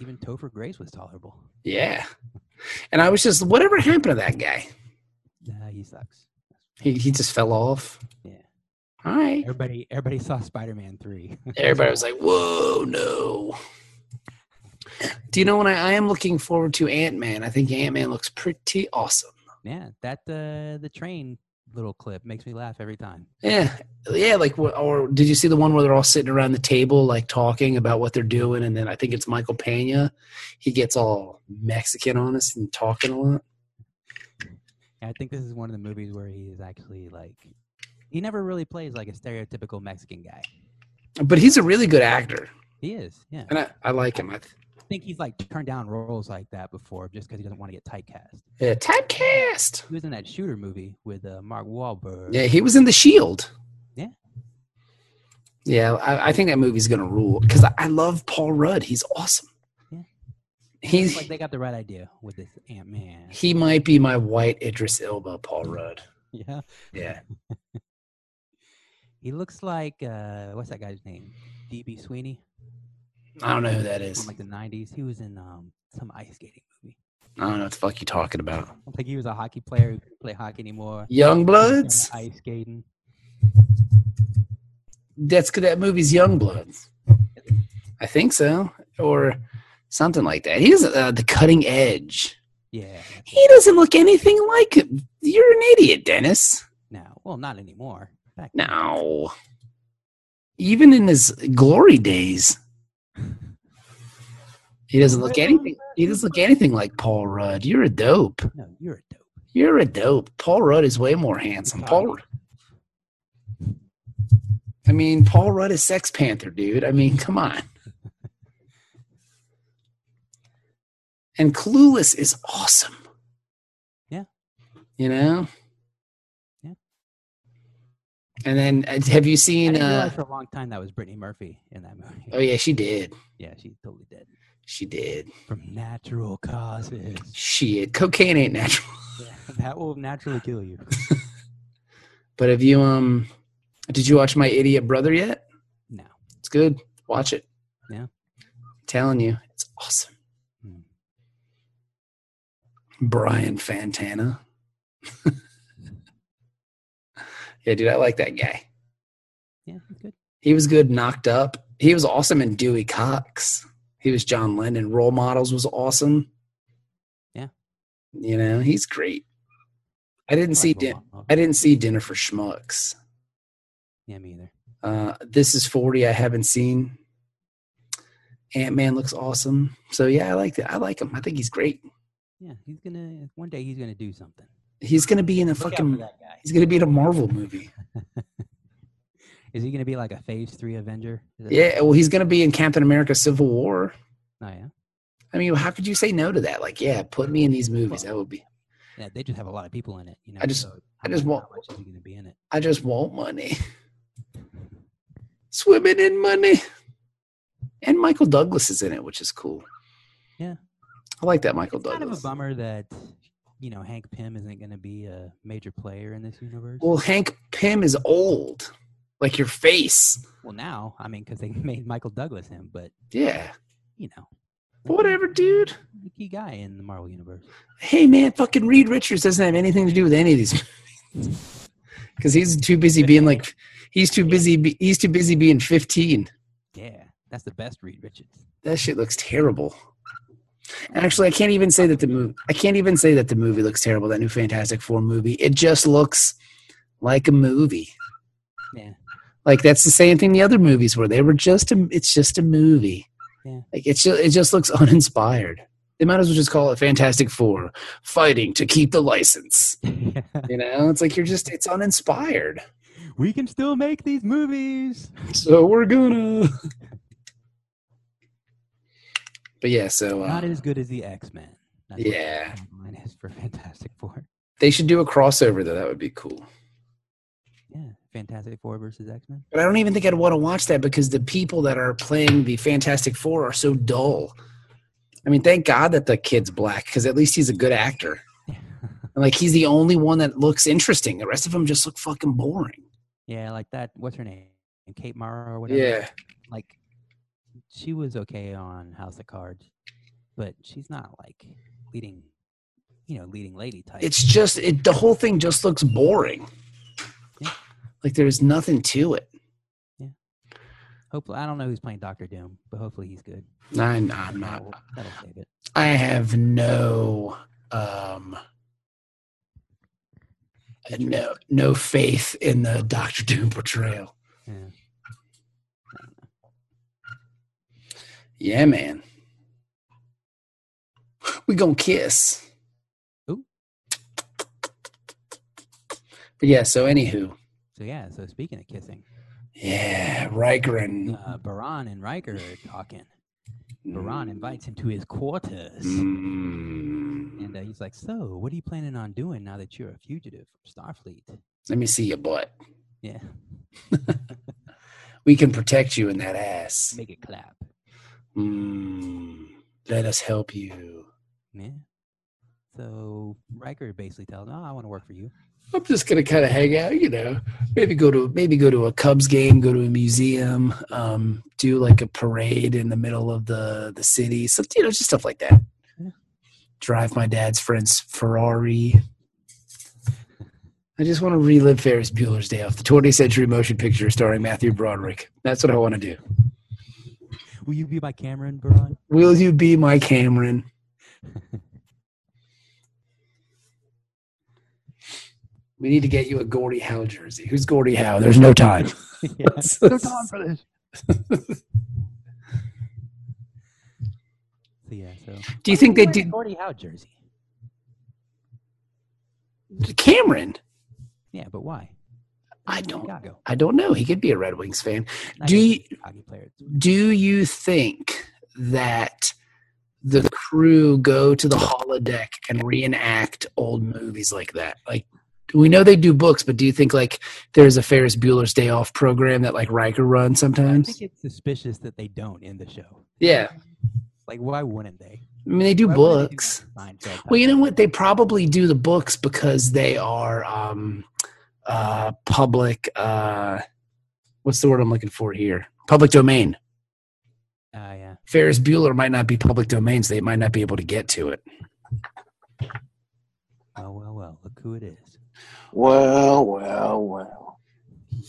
[SPEAKER 3] Even Topher Grace was tolerable.
[SPEAKER 2] Yeah. And I was just, whatever happened to that guy?
[SPEAKER 3] Nah, he sucks.
[SPEAKER 2] He he just fell off.
[SPEAKER 3] Yeah.
[SPEAKER 2] All right.
[SPEAKER 3] Everybody, everybody saw Spider-Man three.
[SPEAKER 2] Everybody
[SPEAKER 3] [LAUGHS]
[SPEAKER 2] was like, "Whoa, no." Do you know when I, I am looking forward to Ant Man? I think Ant Man looks pretty awesome.
[SPEAKER 3] yeah, that uh, the train little clip makes me laugh every time.
[SPEAKER 2] Yeah, yeah. Like, what- or did you see the one where they're all sitting around the table, like talking about what they're doing, and then I think it's Michael Pena. He gets all Mexican on us and talking a lot.
[SPEAKER 3] And I think this is one of the movies where he is actually like, he never really plays like a stereotypical Mexican guy.
[SPEAKER 2] But he's a really good actor,
[SPEAKER 3] He is, yeah.
[SPEAKER 2] and I, I like him. I,
[SPEAKER 3] think he's like turned down roles like that before just because he doesn't want to get typecast.
[SPEAKER 2] Yeah, typecast.
[SPEAKER 3] He was in that shooter movie with uh, Mark Wahlberg.
[SPEAKER 2] Yeah, he was in The Shield.
[SPEAKER 3] Yeah.
[SPEAKER 2] Yeah, I, I think that movie's gonna rule because I, I love Paul Rudd. He's awesome.
[SPEAKER 3] Yeah. It's
[SPEAKER 2] He's
[SPEAKER 3] like they got the right idea with this Ant Man.
[SPEAKER 2] he might be my white Idris Elba, Paul Rudd.
[SPEAKER 3] [LAUGHS] Yeah.
[SPEAKER 2] Yeah.
[SPEAKER 3] He looks like uh, what's that guy's name? DB Sweeney
[SPEAKER 2] I don't know who that
[SPEAKER 3] from
[SPEAKER 2] is.
[SPEAKER 3] like the '90s. He was in um, some ice skating movie.
[SPEAKER 2] I don't know what the fuck you talking about.
[SPEAKER 3] Like he was a hockey player who couldn't play hockey anymore.
[SPEAKER 2] Young
[SPEAKER 3] Started
[SPEAKER 2] Bloods?
[SPEAKER 3] Ice skating.
[SPEAKER 2] That's good. That movie's Young Bloods. I think so, or something like that. He's uh, the cutting edge.
[SPEAKER 3] Yeah.
[SPEAKER 2] He doesn't look anything like him. You're an idiot, Dennis.
[SPEAKER 3] Now, well, not anymore. Back then.
[SPEAKER 2] No. Even in his glory days, he doesn't look anything. He doesn't look anything like Paul Rudd. You're a dope.
[SPEAKER 3] No, you're a dope.
[SPEAKER 2] You're a dope. Paul Rudd is way more handsome. Paul. I mean, Paul Rudd is Sex Panther, dude. I mean, come on. And Clueless is awesome.
[SPEAKER 3] Yeah.
[SPEAKER 2] You know.
[SPEAKER 3] Yeah.
[SPEAKER 2] And then, uh, have you
[SPEAKER 3] I
[SPEAKER 2] seen?
[SPEAKER 3] didn't
[SPEAKER 2] Uh,
[SPEAKER 3] realize for a long time that was Brittany Murphy in that [LAUGHS] movie.
[SPEAKER 2] oh yeah, she did.
[SPEAKER 3] Yeah, she's totally dead
[SPEAKER 2] She did.
[SPEAKER 3] from natural causes. [LAUGHS]
[SPEAKER 2] Shit, cocaine ain't natural.
[SPEAKER 3] Yeah, that will naturally kill you.
[SPEAKER 2] But have you um? Did you watch My Idiot Brother yet?
[SPEAKER 3] No.
[SPEAKER 2] It's good. Watch it.
[SPEAKER 3] Yeah.
[SPEAKER 2] telling you, it's awesome.
[SPEAKER 3] Hmm.
[SPEAKER 2] Brian Fantana. [LAUGHS] yeah, dude, I like that guy.
[SPEAKER 3] Yeah, that's good.
[SPEAKER 2] He was good, knocked up. He was awesome in Dewey Cox. He was John Lennon. Role Models was awesome.
[SPEAKER 3] Yeah.
[SPEAKER 2] You know, he's great. I didn't see
[SPEAKER 3] like
[SPEAKER 2] din-
[SPEAKER 3] Role Models.
[SPEAKER 2] I didn't see Dinner for Schmucks.
[SPEAKER 3] Yeah, me either.
[SPEAKER 2] Uh, this is 40 I haven't seen. Ant-Man looks awesome. So yeah, I like that. I like him. I think he's great.
[SPEAKER 3] Yeah, he's gonna one day he's gonna do something.
[SPEAKER 2] He's going to be in a
[SPEAKER 3] Look out for
[SPEAKER 2] fucking
[SPEAKER 3] that guy.
[SPEAKER 2] he's going to be in a Marvel movie.
[SPEAKER 3] Is he gonna be like a Phase Three Avenger? Is that-
[SPEAKER 2] Yeah, well he's going to be in Captain America Civil War.
[SPEAKER 3] Oh yeah.
[SPEAKER 2] I mean, how could you say no to that? Like, yeah, put me in these movies. That would be
[SPEAKER 3] Yeah, they just have a lot of people in it. You know.
[SPEAKER 2] just-
[SPEAKER 3] so
[SPEAKER 2] I just
[SPEAKER 3] how
[SPEAKER 2] want-
[SPEAKER 3] much is he gonna be in it?
[SPEAKER 2] I just want money. [LAUGHS] Swimming in money. And Michael Douglas is in it, which is cool.
[SPEAKER 3] Yeah.
[SPEAKER 2] I like that Michael
[SPEAKER 3] Kind of a
[SPEAKER 2] Douglas.
[SPEAKER 3] bummer that you know Hank Pym isn't gonna be a major player in this universe.
[SPEAKER 2] well, Hank Pym is old. Like your face.
[SPEAKER 3] Well, now I mean, because they [LAUGHS] made Michael Douglas him, but
[SPEAKER 2] Yeah.
[SPEAKER 3] you know, like,
[SPEAKER 2] Whatever, dude.
[SPEAKER 3] he's The key guy in the Marvel universe.
[SPEAKER 2] Hey, man, fucking Reed Richards doesn't have anything to do with any of these [LAUGHS] because he's too busy being like he's too busy be, he's too busy being 15.
[SPEAKER 3] Yeah, that's the best Reed Richards.
[SPEAKER 2] That shit looks terrible. Actually, I can't even say that the movie I can't even say that the movie looks terrible. That new Fantastic Four movie, it just looks like a movie.
[SPEAKER 3] Yeah.
[SPEAKER 2] Like that's the same thing the other movies were. They were just a it's just a movie.
[SPEAKER 3] Yeah.
[SPEAKER 2] Like it's just, it just looks [LAUGHS] uninspired. They might as well just call it Fantastic Four fighting to keep the license.
[SPEAKER 3] [LAUGHS]
[SPEAKER 2] You know, it's like you're just, it's uninspired.
[SPEAKER 3] we can still make these movies.
[SPEAKER 2] So we're gonna. [LAUGHS] But yeah, so
[SPEAKER 3] Not
[SPEAKER 2] uh,
[SPEAKER 3] as good as the X Men.
[SPEAKER 2] Yeah.
[SPEAKER 3] Mine is for [LAUGHS] Fantastic Four.
[SPEAKER 2] they should do a crossover though. That would be cool.
[SPEAKER 3] Yeah, Fantastic Four versus X Men.
[SPEAKER 2] But I don't even think I'd want to watch that because the people that are playing the Fantastic Four are so dull. I mean, thank God that the kid's black because at least he's a good actor. And like, he's the only one that looks interesting. The rest of them just look fucking boring.
[SPEAKER 3] [LAUGHS] yeah, like that. What's her name? Kate Mara or whatever.
[SPEAKER 2] Yeah.
[SPEAKER 3] Like, she was okay on House of Cards, but she's not like leading, you know, leading lady type.
[SPEAKER 2] It's just, it, the whole thing just looks boring.
[SPEAKER 3] Yeah.
[SPEAKER 2] Like, there's nothing to it.
[SPEAKER 3] hopefully, I don't know who's playing Doctor Doom, but hopefully he's good.
[SPEAKER 2] I'm, I'm not.
[SPEAKER 3] That'll, that'll save it.
[SPEAKER 2] I have no, um, no, no faith in the Doctor Doom portrayal.
[SPEAKER 3] Yeah.
[SPEAKER 2] Yeah, man. We gonna kiss.
[SPEAKER 3] Ooh.
[SPEAKER 2] But yeah. So, anywho,
[SPEAKER 3] So yeah. So speaking of kissing,
[SPEAKER 2] yeah, Riker and
[SPEAKER 3] uh, Baran and Riker are talking. Baran invites him to his quarters.
[SPEAKER 2] Mm.
[SPEAKER 3] And uh, he's like, So, what are you planning on doing now that you're a fugitive from Starfleet?
[SPEAKER 2] Let me see your butt.
[SPEAKER 3] Yeah, [LAUGHS]
[SPEAKER 2] We can protect you in that ass.
[SPEAKER 3] make it clap.
[SPEAKER 2] Mm. Let us help you.
[SPEAKER 3] Yeah. So Riker basically tells him, Oh, I want to work
[SPEAKER 2] [LAUGHS]
[SPEAKER 3] for you.
[SPEAKER 2] I'm just gonna kind of hang out, you know. Maybe go to maybe go to a Cubs game, go to a museum, um, do like a parade in the middle of the the city, so you know, just stuff like that.
[SPEAKER 3] Yeah.
[SPEAKER 2] Drive my dad's friend's Ferrari. I just want to relive Ferris Bueller's Day Off, the 20th century motion picture starring Matthew Broderick. That's what I want to do.
[SPEAKER 3] Will you be my Cameron, Baran?
[SPEAKER 2] Will you be my Cameron? [LAUGHS] we need to get you a Gordie Howe jersey. Who's Gordie Howe? There's no time.
[SPEAKER 3] [LAUGHS] yeah. No time for this. so yeah, so
[SPEAKER 2] [LAUGHS] Do you think they
[SPEAKER 3] did
[SPEAKER 2] did
[SPEAKER 3] Gordy Howe jersey?
[SPEAKER 2] Cameron?
[SPEAKER 3] Yeah, but why?
[SPEAKER 2] I don't.
[SPEAKER 3] Chicago.
[SPEAKER 2] I don't know. He could be a Red Wings fan.
[SPEAKER 3] Not
[SPEAKER 2] Do
[SPEAKER 3] just
[SPEAKER 2] you-
[SPEAKER 3] a Chicago player?
[SPEAKER 2] Do you think that the crew go to the holodeck and reenact old movies like that? Like we know they do books, but do you think like there's a Ferris Bueller's Day Off program that like Riker runs
[SPEAKER 3] I
[SPEAKER 2] sometimes?
[SPEAKER 3] think it's suspicious that they don't in the show.
[SPEAKER 2] Yeah,
[SPEAKER 3] Like, why wouldn't they?
[SPEAKER 2] I mean they do
[SPEAKER 3] Why wouldn't they do
[SPEAKER 2] books.
[SPEAKER 3] Seinfeld type
[SPEAKER 2] Well, you know
[SPEAKER 3] stuff?
[SPEAKER 2] what? They probably do the books because they are um, uh, public. Uh, what's the word I'm looking for here? Public domain.
[SPEAKER 3] Ah, yeah.
[SPEAKER 2] Ferris Bueller might not be public domain, so they might not be able to get to it.
[SPEAKER 3] Oh well, well. Look who
[SPEAKER 2] [LAUGHS]
[SPEAKER 3] it is. [LAUGHS]
[SPEAKER 4] Well, well, well.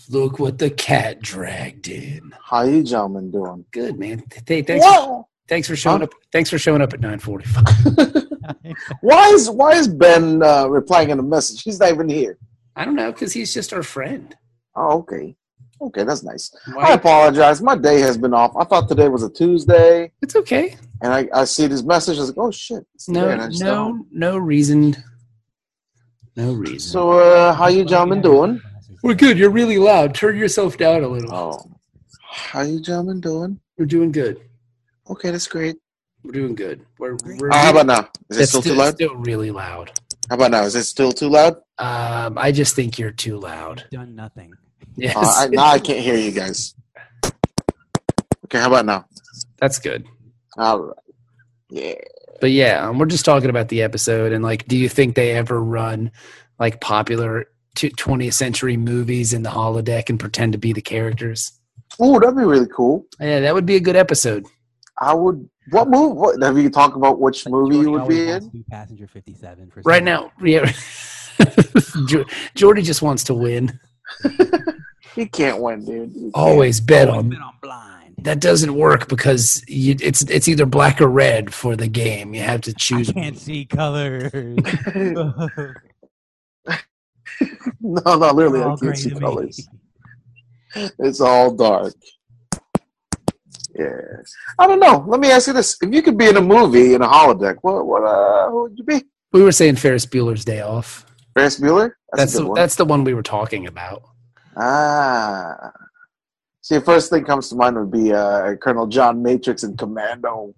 [SPEAKER 2] Look what the cat dragged in.
[SPEAKER 4] How you gentlemen doing?
[SPEAKER 2] Good man. Th- thanks,
[SPEAKER 4] Whoa!
[SPEAKER 2] thanks for showing
[SPEAKER 4] Huh?
[SPEAKER 2] up. Thanks for showing up at 9:45.
[SPEAKER 4] Why is why is Ben uh, replying in a message? He's not even here.
[SPEAKER 2] [LAUGHS] I don't know because he's just our friend.
[SPEAKER 4] Oh, okay. Okay, that's nice. I
[SPEAKER 2] Why?
[SPEAKER 4] apologize. My day has been off. I thought today was a Tuesday,
[SPEAKER 2] It's okay.
[SPEAKER 4] and I, I see this message. I was like, oh shit. It's today,
[SPEAKER 2] No,
[SPEAKER 4] and I just don't-
[SPEAKER 2] no, no reason. No reason.
[SPEAKER 4] So, uh, how you gentlemen doing?
[SPEAKER 2] We're good. You're really loud. Turn yourself down a little.
[SPEAKER 4] Oh, how you gentlemen doing?
[SPEAKER 2] We're doing good.
[SPEAKER 4] Okay, that's great.
[SPEAKER 2] We're doing good. We're, we're
[SPEAKER 4] Uh, how about now? Is it
[SPEAKER 2] That's
[SPEAKER 4] still too
[SPEAKER 2] still,
[SPEAKER 4] loud?
[SPEAKER 2] still really loud.
[SPEAKER 4] How about now? Is it still too loud?
[SPEAKER 2] Um, I just think you're too loud. [LAUGHS]
[SPEAKER 3] Done nothing.
[SPEAKER 2] Yes,
[SPEAKER 4] Uh, I, now I can't hear you guys. Okay, how about now?
[SPEAKER 2] that's good.
[SPEAKER 4] All right. Yeah.
[SPEAKER 2] But yeah, um, we're just talking about the episode and like, do you think they ever run like popular t- 20th century movies in the holodeck and pretend to be the characters?
[SPEAKER 4] Oh, that'd be really cool.
[SPEAKER 2] Yeah, that would be a good episode.
[SPEAKER 4] I would. What movie? What, have you talk about which
[SPEAKER 3] Like,
[SPEAKER 4] movie
[SPEAKER 3] Jordy
[SPEAKER 4] you would
[SPEAKER 3] always
[SPEAKER 4] be
[SPEAKER 3] wants
[SPEAKER 4] in?
[SPEAKER 3] to Passenger 57 for
[SPEAKER 2] Right
[SPEAKER 3] some
[SPEAKER 2] now, yeah. [LAUGHS] Jo- Jordy just wants to win.
[SPEAKER 4] He can't win, dude. He can't.
[SPEAKER 2] Always bet
[SPEAKER 3] reason.
[SPEAKER 2] on
[SPEAKER 3] Bet on blind.
[SPEAKER 2] that doesn't work because you, it's it's either black or red for the game. You have to
[SPEAKER 3] I
[SPEAKER 2] choose.
[SPEAKER 3] can't see
[SPEAKER 4] [LAUGHS]
[SPEAKER 3] colors. [LAUGHS] They're
[SPEAKER 4] [LAUGHS] no, no, literally, I
[SPEAKER 3] all gray
[SPEAKER 4] can't see
[SPEAKER 3] to me.
[SPEAKER 4] colors. It's all dark. Yeah. I don't know. Let me ask you this: If you could be in a movie in a holodeck, what, what, uh, who would you be?
[SPEAKER 2] We were saying Ferris Bueller's Day Off.
[SPEAKER 4] Ferris Bueller.
[SPEAKER 2] That's
[SPEAKER 4] a good
[SPEAKER 2] the,
[SPEAKER 4] one.
[SPEAKER 2] that's the one we were talking about.
[SPEAKER 4] Ah. See, first thing comes to mind would be uh, Colonel John Matrix and Commando.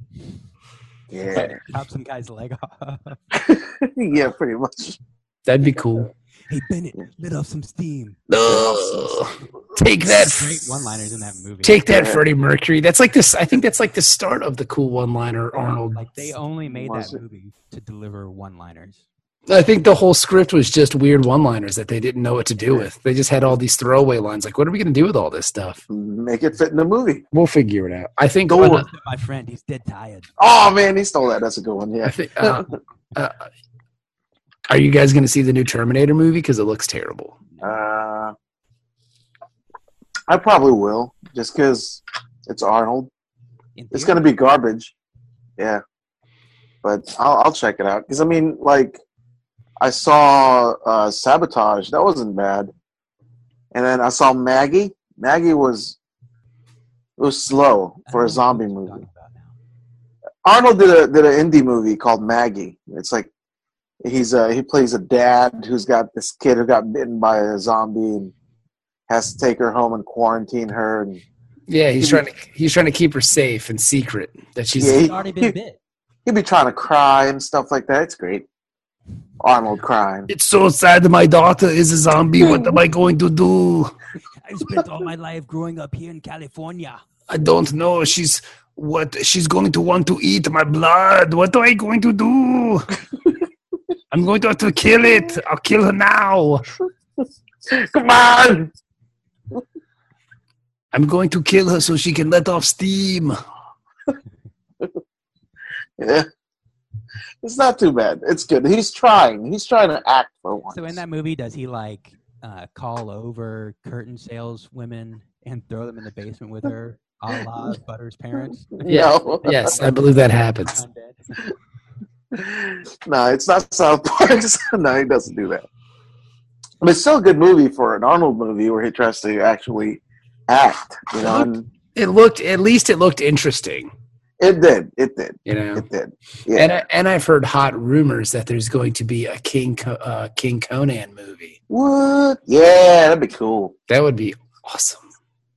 [SPEAKER 4] Yeah,
[SPEAKER 3] [LAUGHS] Chop some guy's leg off. [LAUGHS]
[SPEAKER 4] [LAUGHS] yeah, pretty much.
[SPEAKER 2] That'd be cool.
[SPEAKER 3] Hey Bennett, let off some steam.
[SPEAKER 2] Ugh. take that.
[SPEAKER 3] Great one-liners in that movie.
[SPEAKER 2] Take that,
[SPEAKER 4] Yeah.
[SPEAKER 2] Freddie Mercury. That's like this. I think that's like the start of the cool one-liner Arnold.
[SPEAKER 3] Like they only made
[SPEAKER 4] Was
[SPEAKER 3] that
[SPEAKER 4] it-
[SPEAKER 3] movie to deliver one-liners.
[SPEAKER 2] I think the whole script was just weird one-liners that they didn't know what to do with. They just had all these throwaway lines. Like, what are we going to do with all this stuff?
[SPEAKER 4] Make it fit in the movie.
[SPEAKER 2] We'll figure it out. I think.
[SPEAKER 4] Go
[SPEAKER 2] uh,
[SPEAKER 4] on.
[SPEAKER 3] My friend, he's dead tired.
[SPEAKER 4] Oh man, he stole that. That's a good one.
[SPEAKER 2] I
[SPEAKER 4] Yeah.
[SPEAKER 2] think. Uh, uh, are you guys going to see the new Terminator movie? Because it looks terrible.
[SPEAKER 4] Uh, I probably will, just because it's Arnold.
[SPEAKER 3] In
[SPEAKER 4] It's
[SPEAKER 3] theory,
[SPEAKER 4] gonna be garbage. Yeah, but I'll, I'll check it out. Because I mean, like, I saw uh, Sabotage. That wasn't bad. And then I saw Maggie. Maggie was it was slow
[SPEAKER 3] I don't
[SPEAKER 4] for
[SPEAKER 3] know
[SPEAKER 4] a
[SPEAKER 3] what
[SPEAKER 4] zombie
[SPEAKER 3] you're
[SPEAKER 4] movie.
[SPEAKER 3] talking about now.
[SPEAKER 4] Arnold did a did an indie movie called Maggie. It's like he's uh he plays a dad who's got this kid who got bitten by a zombie and has to take her home and quarantine her and
[SPEAKER 2] Yeah, he's trying to he's trying to keep her safe and secret that she's
[SPEAKER 4] Yeah,
[SPEAKER 3] He's
[SPEAKER 4] he-
[SPEAKER 3] already been bit.
[SPEAKER 4] He'd be trying to cry and stuff like that. It's great. Arnold crying.
[SPEAKER 2] It's so sad that my daughter is a zombie. What am I going to do?
[SPEAKER 3] I've spent all
[SPEAKER 4] [LAUGHS]
[SPEAKER 3] my life growing up here in California.
[SPEAKER 2] I don't know. She's what she's going to want to eat my blood. What am I going to [LAUGHS] do? I'm going to have to kill it. I'll kill her now.
[SPEAKER 4] Come on!
[SPEAKER 2] I'm going to kill her so she can let off steam.
[SPEAKER 4] Yeah. It's not too bad. It's good. He's trying. He's trying to act for once.
[SPEAKER 3] So in that movie, does he like uh, call over curtain sales women and throw them in the basement with her, a la
[SPEAKER 2] [LAUGHS]
[SPEAKER 3] Butter's parents?
[SPEAKER 4] no.
[SPEAKER 2] Yes, I believe that happens.
[SPEAKER 3] Undead.
[SPEAKER 4] no, it's not South [LAUGHS] Park. no, he doesn't do that. But it's still a good movie for an Arnold movie where he tries to actually act. You know, and
[SPEAKER 2] It looked at least it looked interesting,
[SPEAKER 4] it did. It did.
[SPEAKER 2] you know.
[SPEAKER 4] It did.
[SPEAKER 2] And
[SPEAKER 4] Yeah.
[SPEAKER 2] I, and I've heard hot rumors that there's going to be a King Co- uh, King Conan movie.
[SPEAKER 4] What? Yeah, that'd be cool.
[SPEAKER 2] That would be awesome.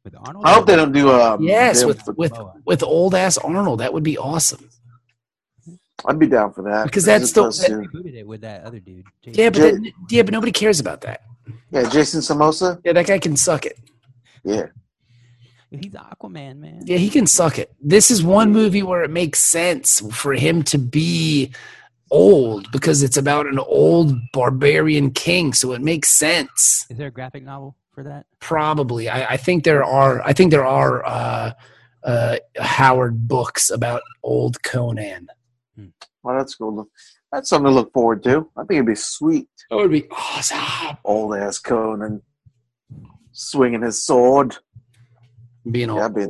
[SPEAKER 3] With Arnold.
[SPEAKER 4] I hope they don't do um, a.
[SPEAKER 2] Yes,
[SPEAKER 4] them-
[SPEAKER 2] with with with old ass Arnold, that would be awesome.
[SPEAKER 4] I'd be down for that
[SPEAKER 2] Because that's
[SPEAKER 4] Just
[SPEAKER 2] the-
[SPEAKER 4] us
[SPEAKER 2] that-
[SPEAKER 4] two.
[SPEAKER 3] rebooted it with that other dude. Jason.
[SPEAKER 2] Yeah, but
[SPEAKER 4] Jay-
[SPEAKER 2] then, yeah, but nobody cares about that.
[SPEAKER 4] yeah, Jason Samosa.
[SPEAKER 2] Yeah, that guy can suck it.
[SPEAKER 4] Yeah,
[SPEAKER 3] he's Aquaman, man.
[SPEAKER 2] Yeah, he can suck it. This is one movie where it makes sense for him to be old because it's about an old barbarian king, so it makes sense.
[SPEAKER 3] Is there a graphic novel for that?
[SPEAKER 2] Probably, I, I think there are. I think there are uh, uh, Howard books about old Conan.
[SPEAKER 4] well, that's cool. That's something to look forward to. I think it'd be sweet.
[SPEAKER 2] That would be awesome.
[SPEAKER 4] Old ass Conan swinging his sword.
[SPEAKER 2] Being
[SPEAKER 4] Yeah,
[SPEAKER 2] old.
[SPEAKER 4] I'd be,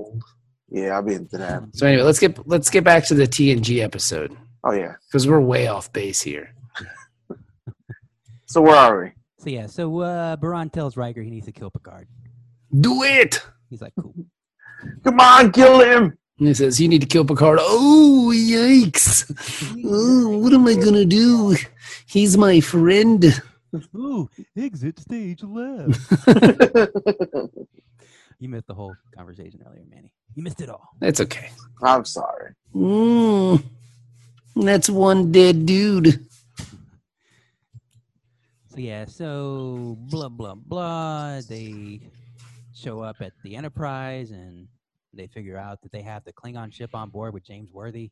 [SPEAKER 4] yeah, I'd be into that.
[SPEAKER 2] So anyway, let's get let's get back to the TNG episode
[SPEAKER 4] Oh yeah.
[SPEAKER 2] because we're way off base here.
[SPEAKER 4] So where are we?
[SPEAKER 3] So yeah, so uh, Baron tells Riker he needs to kill Picard.
[SPEAKER 2] Do it.
[SPEAKER 3] He's like, cool.
[SPEAKER 4] Come on, kill him.
[SPEAKER 2] And he says, You need to kill Picard. Oh, yikes. Oh, what am I going to do? He's my friend.
[SPEAKER 3] Ooh, exit
[SPEAKER 2] [LAUGHS]
[SPEAKER 3] stage left. you missed the whole conversation earlier, Manny. You missed it all.
[SPEAKER 2] That's okay.
[SPEAKER 4] [LAUGHS] I'm sorry.
[SPEAKER 2] Mm, that's one dead dude.
[SPEAKER 3] So yeah, so blah blah blah. They show up at the Enterprise and they figure out that they have the Klingon ship on board with James Worthy.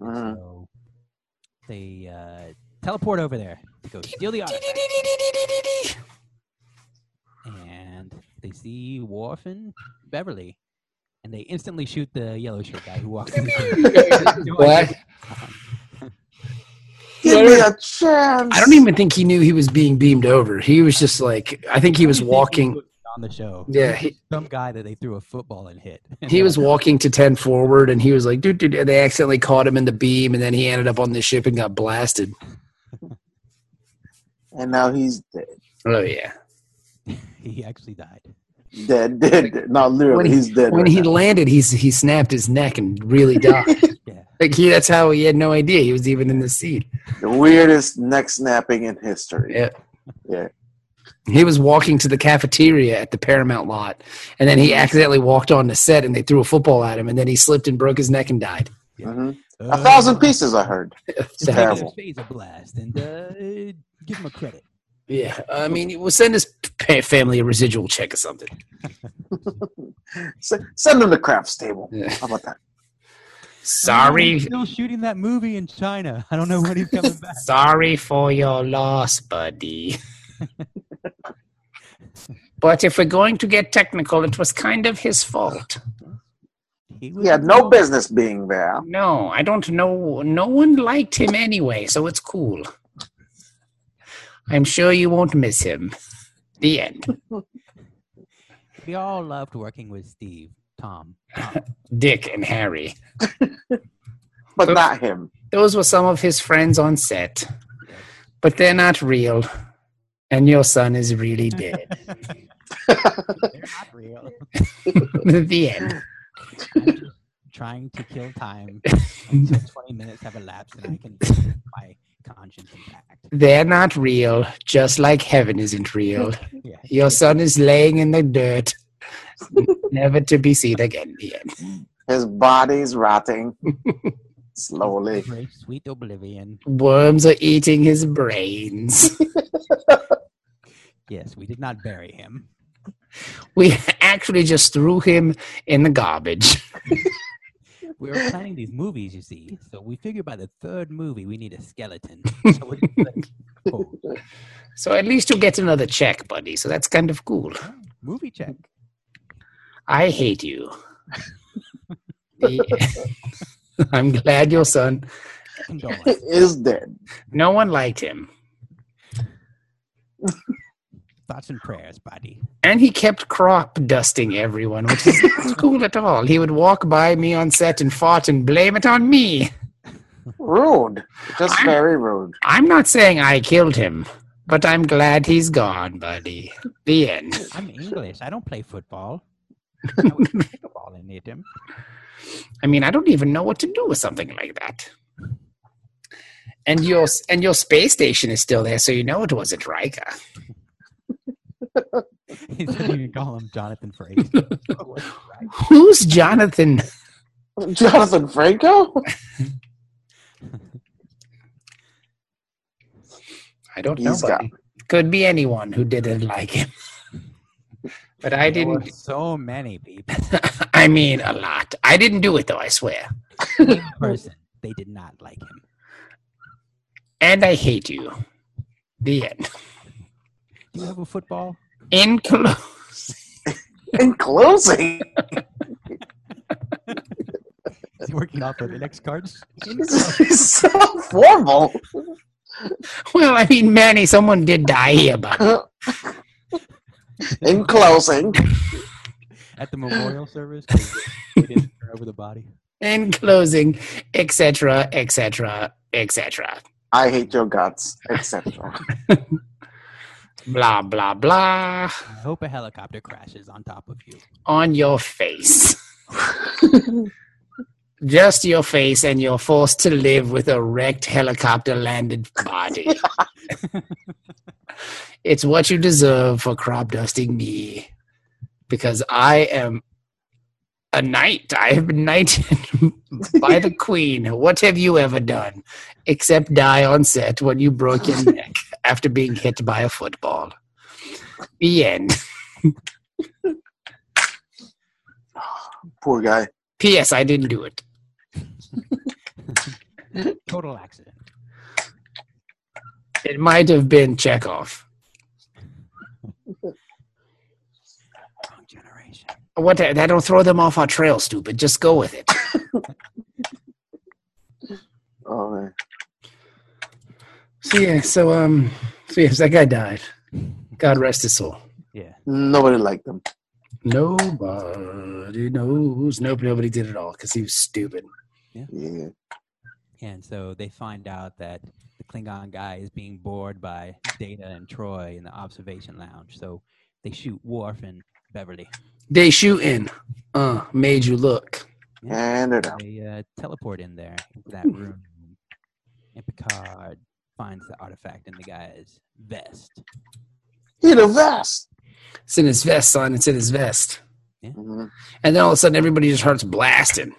[SPEAKER 3] And
[SPEAKER 2] Uh-huh.
[SPEAKER 4] Mhm.
[SPEAKER 3] So they uh, teleport over there to go steal the artifact, and they see Worf and Beverly, and they instantly shoot the yellow shirt guy who
[SPEAKER 2] [LAUGHS]
[SPEAKER 3] walks in. the
[SPEAKER 2] What?
[SPEAKER 4] Give me a chance.
[SPEAKER 2] I don't even think he knew he was being beamed over. He was just like, I think he was walking.
[SPEAKER 3] on the show.
[SPEAKER 2] Yeah, he-
[SPEAKER 3] some guy that they threw a football and hit. And
[SPEAKER 2] He
[SPEAKER 3] they're
[SPEAKER 2] was
[SPEAKER 3] like,
[SPEAKER 2] walking to 10 forward and he was like, dude, dude, and they accidentally caught him in the beam and then he ended up on the ship and got blasted.
[SPEAKER 4] And now he's dead.
[SPEAKER 2] Oh, yeah.
[SPEAKER 3] [LAUGHS] he actually died.
[SPEAKER 4] Dead, dead, dead. No, literally,
[SPEAKER 2] When he-
[SPEAKER 4] he's dead.
[SPEAKER 2] When
[SPEAKER 4] right
[SPEAKER 2] he
[SPEAKER 4] now.
[SPEAKER 2] landed, he's, he snapped his neck and really [LAUGHS] died.
[SPEAKER 3] Yeah.
[SPEAKER 2] Like he, that's how he had no idea he was even in the seat.
[SPEAKER 4] the weirdest neck snapping in history.
[SPEAKER 2] Yeah.
[SPEAKER 4] Yeah.
[SPEAKER 2] He was walking to the cafeteria at the Paramount lot, and then he accidentally walked on the set, and they threw a football at him, and then he slipped and broke his neck and died. [LAUGHS]
[SPEAKER 4] Mhm.
[SPEAKER 3] Uh,
[SPEAKER 4] A thousand pieces, I heard. It's
[SPEAKER 3] Just
[SPEAKER 4] terrible.
[SPEAKER 3] Give his face a blast and uh, give him a credit.
[SPEAKER 2] Yeah, I mean, we'll send his pa- family a residual check or something.
[SPEAKER 4] S- Send him to Kraft's table.
[SPEAKER 2] Yeah.
[SPEAKER 4] How about that?
[SPEAKER 2] Sorry,
[SPEAKER 3] Still shooting that movie in China. I don't know when he's coming back.
[SPEAKER 2] sorry for your loss, buddy. but if we're going to get technical, it was kind of his fault.
[SPEAKER 4] He had no
[SPEAKER 3] business.
[SPEAKER 4] business being there.
[SPEAKER 2] No, I don't know. No one liked him anyway, so it's cool. I'm sure you won't miss him. The end.
[SPEAKER 3] We all loved working with Steve,
[SPEAKER 4] [LAUGHS]
[SPEAKER 3] Tom. Tom.
[SPEAKER 2] Dick and Harry.
[SPEAKER 4] But
[SPEAKER 2] Oops.
[SPEAKER 4] not him.
[SPEAKER 2] Those were some of his friends on set. But they're not real. And your son is really dead.
[SPEAKER 3] They're not real.
[SPEAKER 2] the end.
[SPEAKER 3] I'm just trying to kill
[SPEAKER 4] [LAUGHS]
[SPEAKER 3] time until 20 minutes have elapsed and I can get my conscience intact.
[SPEAKER 2] They're not real, just like heaven isn't real.
[SPEAKER 3] Yeah.
[SPEAKER 2] Your son is laying in the dirt. [LAUGHS] never to be seen again. The end.
[SPEAKER 4] His body's
[SPEAKER 2] [LAUGHS]
[SPEAKER 4] rotting slowly.
[SPEAKER 3] Very sweet oblivion.
[SPEAKER 2] Worms are eating his brains. [LAUGHS]
[SPEAKER 3] Yes, we did not bury him.
[SPEAKER 2] We actually just threw him in the garbage.
[SPEAKER 3] We were planning these movies, you see. So we figured by the third movie, we need a skeleton. So
[SPEAKER 4] [LAUGHS]
[SPEAKER 3] we just let it go.
[SPEAKER 2] So at least you get another check, buddy. So that's kind of cool.
[SPEAKER 3] Movie check.
[SPEAKER 2] I hate you. The- [LAUGHS] I'm glad your son.
[SPEAKER 3] Condolence.
[SPEAKER 4] Is dead.
[SPEAKER 2] No one liked him.
[SPEAKER 3] Thoughts and prayers, buddy.
[SPEAKER 2] And he kept crop dusting everyone, which is not cool at all. He would walk by me on set and fart and blame it on me.
[SPEAKER 4] Rude. Just
[SPEAKER 2] I'm-
[SPEAKER 4] very rude.
[SPEAKER 2] I'm not saying I killed him, but I'm glad he's gone, buddy. The end.
[SPEAKER 3] I'm English. I don't play football. I would kick a ball and hit [LAUGHS] him.
[SPEAKER 2] I mean, I don't even know what to do with something like that. And your and your space station is still there, so you know it wasn't Riker.
[SPEAKER 3] He's going to call him Jonathan Frakes.
[SPEAKER 2] Who's Jonathan? [LAUGHS]
[SPEAKER 4] Jonathan Franco?
[SPEAKER 2] I don't
[SPEAKER 4] He's
[SPEAKER 2] know.
[SPEAKER 4] got-
[SPEAKER 2] buddy. Could be anyone who didn't like him. But [LAUGHS] I
[SPEAKER 3] There were
[SPEAKER 2] didn't.
[SPEAKER 3] so many people.
[SPEAKER 2] I mean, a lot. I didn't do it though. I swear.
[SPEAKER 3] One person, they did not like him.
[SPEAKER 2] And I hate you. The end.
[SPEAKER 3] Do you have a football?
[SPEAKER 2] In close.
[SPEAKER 4] In closing.
[SPEAKER 3] Is he working off of index cards?
[SPEAKER 4] He's so formal.
[SPEAKER 2] [LAUGHS] Well, I mean, Manny, someone did die here, but
[SPEAKER 4] [LAUGHS] In closing.
[SPEAKER 3] At the memorial service? 'Cause They didn't turn over the body.
[SPEAKER 2] [LAUGHS] in closing, etc., etc., etc.
[SPEAKER 4] I hate your guts, etc.
[SPEAKER 2] Blah blah blah
[SPEAKER 3] I hope a helicopter crashes on top of you.
[SPEAKER 2] on your face. Just your face, and you're forced to live with a wrecked helicopter landed body. it's what you deserve for crop dusting me because I am a knight. I have been knighted [LAUGHS] by the queen. What have you ever done except die on set when you broke your neck after being hit by a football? The end.
[SPEAKER 4] Poor guy.
[SPEAKER 2] P.S. I didn't do it.
[SPEAKER 3] Total accident.
[SPEAKER 2] It might have been Chekhov.
[SPEAKER 3] Wrong generation.
[SPEAKER 2] What? the- That'll throw them off our trail, stupid. Just go with it.
[SPEAKER 4] Oh man.
[SPEAKER 2] So yeah. So um. So yes, that guy died. God rest his soul.
[SPEAKER 3] Yeah.
[SPEAKER 4] Nobody liked him.
[SPEAKER 2] Nobody knows. Nope, nobody did it all because he was stupid.
[SPEAKER 4] Yeah.
[SPEAKER 3] And so they find out that the Klingon guy is being bored by Data and Troy in the observation lounge. So they shoot Worf and Beverly.
[SPEAKER 2] They shooting. Uh, made you look.
[SPEAKER 4] And it out.
[SPEAKER 3] They uh, teleport in there, into
[SPEAKER 4] [LAUGHS]
[SPEAKER 3] that room. And Picard finds the artifact in the guy's vest.
[SPEAKER 4] He the vest.
[SPEAKER 2] It's in his vest, son. It's in his vest.
[SPEAKER 4] Mhm.
[SPEAKER 2] And then all of a sudden, everybody just starts blasting.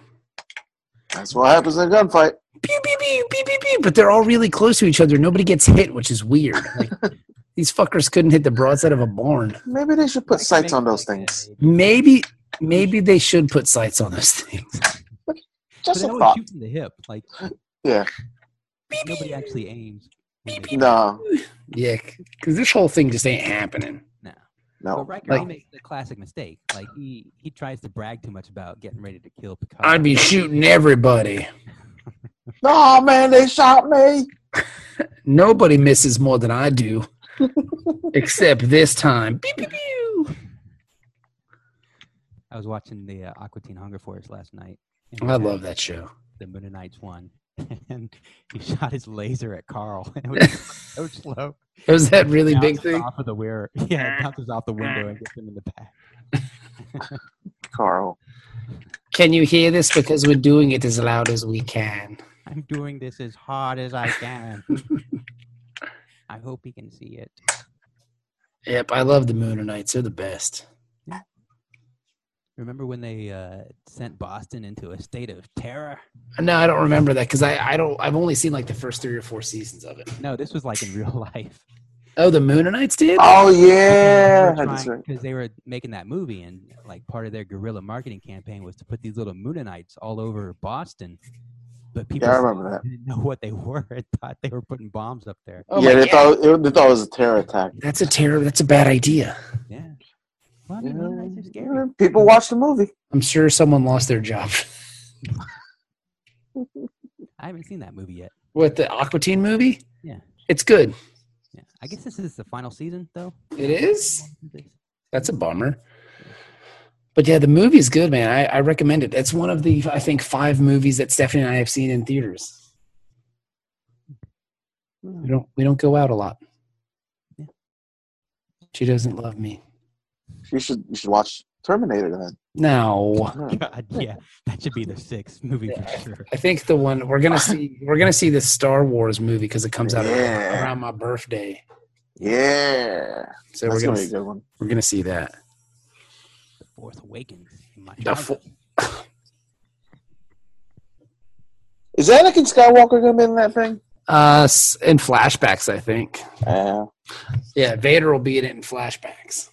[SPEAKER 4] That's what happens in a gunfight.
[SPEAKER 2] Pew, pew, pew, pew, pew, pew. But they're all really close to each other. Nobody gets hit, which is weird. Like, [LAUGHS] these fuckers couldn't hit the broadside of a barn.
[SPEAKER 4] Maybe they should put
[SPEAKER 3] Like, make
[SPEAKER 4] sights on those
[SPEAKER 3] like
[SPEAKER 4] things.
[SPEAKER 3] a-
[SPEAKER 2] Maybe, maybe they should put sights on those things.
[SPEAKER 3] but
[SPEAKER 4] Just
[SPEAKER 3] they
[SPEAKER 4] a
[SPEAKER 3] always
[SPEAKER 4] thought.
[SPEAKER 3] shoot from the hip. Like
[SPEAKER 4] Yeah.
[SPEAKER 3] nobody actually aims. when they shoot.
[SPEAKER 4] No.
[SPEAKER 2] Yeah, because this whole thing just ain't happening.
[SPEAKER 3] But
[SPEAKER 4] No.
[SPEAKER 3] Riker
[SPEAKER 2] Like-
[SPEAKER 3] he makes the classic mistake. Like he he tries to brag too much about getting ready to kill Picard.
[SPEAKER 4] Uh,
[SPEAKER 2] I'd be shooting everybody.
[SPEAKER 4] No man, they shot me.
[SPEAKER 2] Nobody misses more than I
[SPEAKER 4] [LAUGHS]
[SPEAKER 2] do, except this time. Pew, pew, pew.
[SPEAKER 3] I was watching the uh, Aqua Teen Hunger Force last night. and
[SPEAKER 2] I
[SPEAKER 3] they had
[SPEAKER 2] love that show.
[SPEAKER 3] The Moon Knights one, [LAUGHS] and he shot his laser at Carl. [LAUGHS] And it was
[SPEAKER 2] [LAUGHS]
[SPEAKER 3] so slow.
[SPEAKER 2] Was that really big
[SPEAKER 3] Bounces
[SPEAKER 2] thing?
[SPEAKER 3] off of the weir- [LAUGHS] Yeah, it bounces off the window and gets him in the back.
[SPEAKER 4] Carl.
[SPEAKER 2] Can you hear this? Because we're doing it as loud as we can.
[SPEAKER 3] I'm doing this as hard as I
[SPEAKER 2] [LAUGHS]
[SPEAKER 3] can. I hope he can see it.
[SPEAKER 2] Yep, I love the Moon Knights. They're the best.
[SPEAKER 3] Remember when they uh, sent Boston into a state of terror?
[SPEAKER 2] No, I don't remember that because I, I don't. I've only seen like the first three or four seasons of it.
[SPEAKER 3] No, this was like in real [LAUGHS] life.
[SPEAKER 2] Oh, the Moonanites did.
[SPEAKER 4] Oh yeah, that's right.
[SPEAKER 3] because they were making that movie, and like part of their guerrilla marketing campaign was to put these little Moonanites all over Boston. But people
[SPEAKER 4] yeah, I
[SPEAKER 3] still
[SPEAKER 4] remember that.
[SPEAKER 3] didn't know what they [LAUGHS] were. and thought they were putting bombs up there.
[SPEAKER 2] Oh my
[SPEAKER 4] yeah, they
[SPEAKER 2] God.
[SPEAKER 4] thought it, they thought it was a terror attack.
[SPEAKER 2] That's a terror. That's a bad idea.
[SPEAKER 3] Yeah. Well, I mean, Moonlights are scary.
[SPEAKER 4] Yeah, People watch the movie.
[SPEAKER 2] I'm sure someone lost their job. [LAUGHS]
[SPEAKER 3] I haven't seen that movie yet.
[SPEAKER 2] What the Aqua Teen movie?
[SPEAKER 3] Yeah.
[SPEAKER 2] it's good.
[SPEAKER 3] Yeah. I guess this is the final season,
[SPEAKER 4] [LAUGHS]
[SPEAKER 3] though.
[SPEAKER 2] It is. That's a bummer. But yeah, the movie's good, man. I, I recommend it. It's one of the I think five movies that Stephanie and I have seen in theaters. We don't we don't go out a lot.
[SPEAKER 3] Yeah.
[SPEAKER 2] She doesn't love me.
[SPEAKER 4] You should you should watch Terminator then.
[SPEAKER 2] No.
[SPEAKER 4] Yeah.
[SPEAKER 3] God, yeah, that should be the sixth movie for sure.
[SPEAKER 2] I think the one we're gonna see we're gonna see the Star Wars movie because it comes out
[SPEAKER 4] Yeah.
[SPEAKER 2] around my birthday.
[SPEAKER 4] Yeah,
[SPEAKER 2] So
[SPEAKER 4] that's
[SPEAKER 2] we're
[SPEAKER 4] gonna
[SPEAKER 2] gonna
[SPEAKER 4] be a good one.
[SPEAKER 2] we're gonna see that.
[SPEAKER 3] The Fourth Awakens. in my
[SPEAKER 2] The
[SPEAKER 3] childhood.
[SPEAKER 4] Is Anakin Skywalker gonna be in that thing?
[SPEAKER 2] Uh, s- in flashbacks, I think.
[SPEAKER 4] Yeah.
[SPEAKER 2] Yeah, Vader will be in it in flashbacks.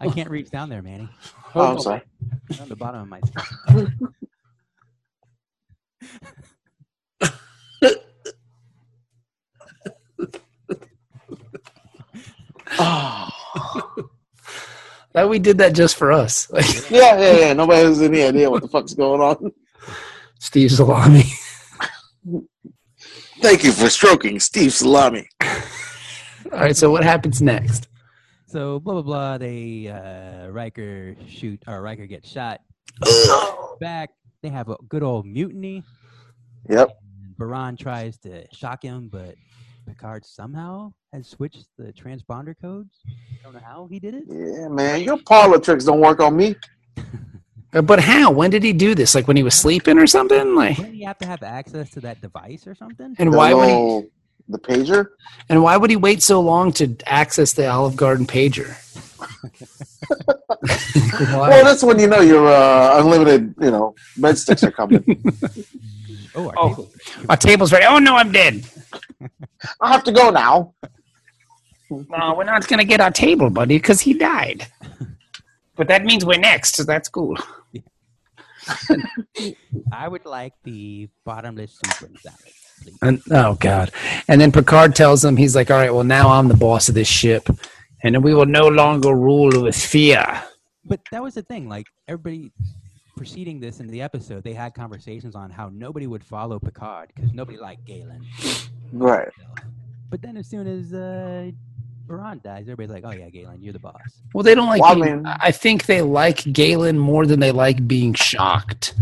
[SPEAKER 3] I can't reach down there, Manny.
[SPEAKER 4] Oh, I'm sorry. [SIGHS]
[SPEAKER 3] It's on the bottom of my.
[SPEAKER 2] That we did that just for us. [LAUGHS] Like
[SPEAKER 4] Yeah, yeah, yeah. Nobody has any idea what the fuck's going on.
[SPEAKER 2] Steve Salami.
[SPEAKER 4] [LAUGHS] Thank you for stroking Steve Salami.
[SPEAKER 2] All right, so what happens next?
[SPEAKER 3] So blah blah blah. They uh, Riker shoot or Riker gets shot. Back. They have a good old mutiny.
[SPEAKER 4] Yep.
[SPEAKER 3] Baran tries to shock him, but Picard somehow has switched the transponder codes. I don't know how he did it.
[SPEAKER 4] Yeah, man. Your parlor tricks don't work on me.
[SPEAKER 2] Uh, But how? When did he do this? Like when he was sleeping or something? Like
[SPEAKER 3] Didn't he have to have access to that device or something?
[SPEAKER 2] and
[SPEAKER 4] The
[SPEAKER 2] why would he
[SPEAKER 4] little- the pager?
[SPEAKER 2] and why would he wait so long to access the Olive Garden
[SPEAKER 4] [LAUGHS]
[SPEAKER 2] pager?
[SPEAKER 4] Well, that's when you know your uh, unlimited, you know, med sticks are [LAUGHS] coming.
[SPEAKER 3] Oh, our
[SPEAKER 2] Oh.
[SPEAKER 3] cable.
[SPEAKER 2] My table's ready. Oh no, I'm dead.
[SPEAKER 4] I have to go now.
[SPEAKER 2] Well, Uh, we're not gonna get our table, buddy, because he died. But that means we're next, so that's cool.
[SPEAKER 3] I would like the bottomless soup and salad, please.
[SPEAKER 2] And oh god. And then Picard tells him he's like, All right, well now I'm the boss of this ship. And then we will no longer rule with fear.
[SPEAKER 3] But that was the thing. Like everybody preceding this in the episode, they had conversations on how nobody would follow Picard because nobody liked Galen.
[SPEAKER 4] Right.
[SPEAKER 3] But then as soon as uh, Baran dies, everybody's like, "Oh yeah, Galen, you're the boss."
[SPEAKER 2] Well, they don't like.
[SPEAKER 4] Well, I
[SPEAKER 2] being-
[SPEAKER 4] mean-
[SPEAKER 2] I think they like Galen more than they like being shocked.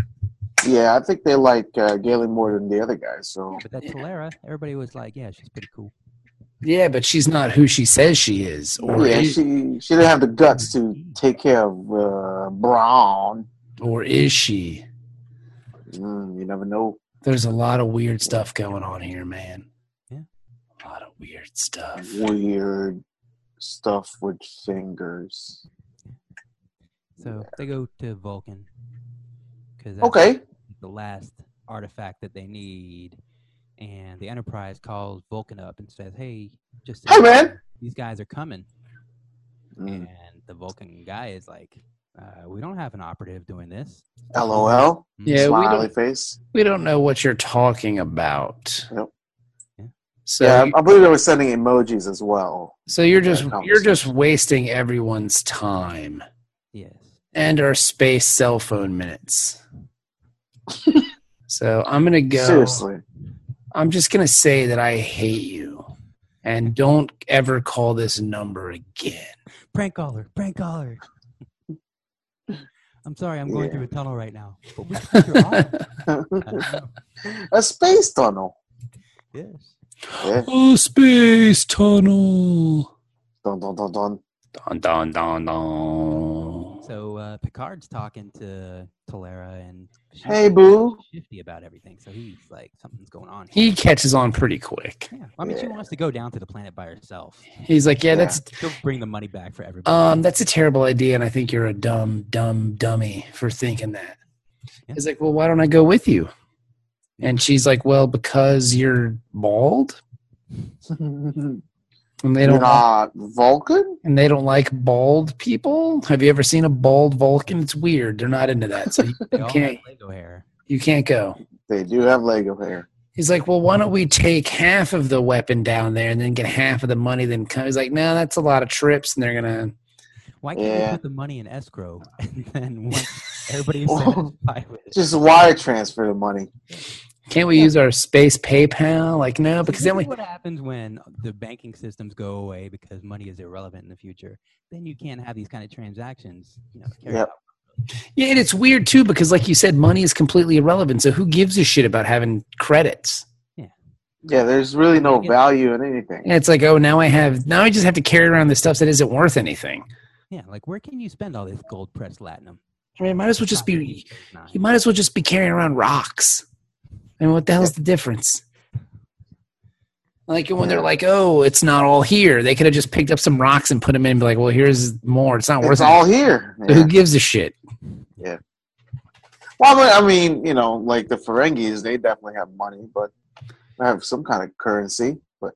[SPEAKER 4] Yeah, I think they like uh, Galen more than the other guys. So
[SPEAKER 3] But that Talera, everybody was like, "Yeah, she's pretty cool."
[SPEAKER 2] Yeah, but she's not who she says she is, or Mm-hmm.
[SPEAKER 4] yeah,
[SPEAKER 2] is,
[SPEAKER 4] she she didn't have the guts to take care of uh, Brown.
[SPEAKER 2] or is she?
[SPEAKER 4] Mm, you never know.
[SPEAKER 2] There's a lot of weird stuff going on here, man.
[SPEAKER 3] Yeah.
[SPEAKER 2] a lot of weird stuff.
[SPEAKER 4] Weird stuff with fingers.
[SPEAKER 3] So they go to Vulcan because
[SPEAKER 4] Okay.
[SPEAKER 3] the last artifact that they need. And the Enterprise calls Vulcan up and says, "Hey, just so
[SPEAKER 4] Hey,
[SPEAKER 3] you
[SPEAKER 4] man."
[SPEAKER 3] know, these guys are coming."
[SPEAKER 4] Mm.
[SPEAKER 3] And the Vulcan guy is like, uh, "We don't have an operative doing this."
[SPEAKER 4] LOL.
[SPEAKER 2] Mm-hmm. Yeah, we
[SPEAKER 4] smiley
[SPEAKER 2] don't,
[SPEAKER 4] face.
[SPEAKER 2] we don't know what you're talking about.
[SPEAKER 4] Yep.
[SPEAKER 3] Yeah.
[SPEAKER 2] So,
[SPEAKER 4] yeah,
[SPEAKER 2] you-
[SPEAKER 4] I believe they were sending emojis as well.
[SPEAKER 2] so you're just
[SPEAKER 4] Yeah,
[SPEAKER 2] you're just wasting everyone's time
[SPEAKER 3] Yes.
[SPEAKER 2] and our space cell phone minutes. so I'm gonna go. [LAUGHS]
[SPEAKER 4] Seriously.
[SPEAKER 2] I'm just going to say that I hate you and don't ever call this number again.
[SPEAKER 3] Prank caller. Prank caller. I'm sorry, I'm going
[SPEAKER 4] Yeah.
[SPEAKER 3] through a tunnel right now. But we can figure out. I don't [LAUGHS] know.
[SPEAKER 4] A space tunnel.
[SPEAKER 3] Yes.
[SPEAKER 4] Yeah.
[SPEAKER 2] [LAUGHS] oh, space tunnel.
[SPEAKER 4] Dun, dun, dun, dun.
[SPEAKER 2] Dun, dun, dun, dun.
[SPEAKER 3] So uh, Picard's talking to Tolera and she's
[SPEAKER 4] Hey, boo.
[SPEAKER 3] shifty about everything. So he's like, something's going on. Here.
[SPEAKER 2] He catches on pretty quick.
[SPEAKER 3] Yeah. I mean, she wants to go down to the planet by herself.
[SPEAKER 2] He's like, yeah, that's
[SPEAKER 3] She'll bring the money back for everybody.
[SPEAKER 2] um, that's a terrible idea, and I think you're a dumb, dumb dummy for thinking that.
[SPEAKER 3] Yeah.
[SPEAKER 2] He's like, well, why don't I go with you? And she's like, well, because you're bald, and [LAUGHS] they
[SPEAKER 4] You're
[SPEAKER 2] don't
[SPEAKER 4] not Vulcan?
[SPEAKER 2] and they don't like bald people. Have you ever seen a bald Vulcan? It's weird. They're not into that, so you, [LAUGHS]
[SPEAKER 3] They
[SPEAKER 2] you
[SPEAKER 3] all
[SPEAKER 2] can't
[SPEAKER 3] have Lego hair.
[SPEAKER 2] you can't go.
[SPEAKER 4] They do have Lego hair.
[SPEAKER 2] He's like, well, why don't we take half of the weapon down there and then get half of the money? Then come. He's like, no, that's a lot of trips, and they're gonna.
[SPEAKER 3] Why can't we
[SPEAKER 4] Yeah.
[SPEAKER 3] put the money in escrow [LAUGHS] and then once [LAUGHS] everybody's satisfied with it?
[SPEAKER 4] Just wire transfer the money.
[SPEAKER 2] Can't we use our space PayPal? Like, no,
[SPEAKER 3] See,
[SPEAKER 2] because
[SPEAKER 3] this
[SPEAKER 2] then we.
[SPEAKER 3] is what happens when the banking systems go away because money is irrelevant in the future. Then you can't have these kind of transactions, you know, carried
[SPEAKER 4] Yep.
[SPEAKER 3] out.
[SPEAKER 2] Yeah, and it's weird too because, like you said, money is completely irrelevant. So who gives a shit about having credits?
[SPEAKER 4] Yeah, there's really no
[SPEAKER 3] Yeah.
[SPEAKER 4] value in anything.
[SPEAKER 2] And it's like, oh, now I have. Now I just have to carry around the stuff that isn't worth anything.
[SPEAKER 3] Yeah, like where can you spend all this gold pressed latinum?
[SPEAKER 2] I mean, it might as well just
[SPEAKER 3] Not
[SPEAKER 2] be.
[SPEAKER 3] easy, it's not.
[SPEAKER 2] You might as well just be carrying around rocks. I mean, what the hell's the difference? Like when they're like, "Oh, it's not all here." They could have just picked up some rocks and put them in, and be like, "Well, here's more. It's not worth
[SPEAKER 4] It's
[SPEAKER 2] it."
[SPEAKER 4] all here.
[SPEAKER 2] So
[SPEAKER 4] Yeah.
[SPEAKER 2] Who gives a shit?
[SPEAKER 4] Well, but, I mean, you know, like the Ferengis, they definitely have money, but they have some kind of currency. But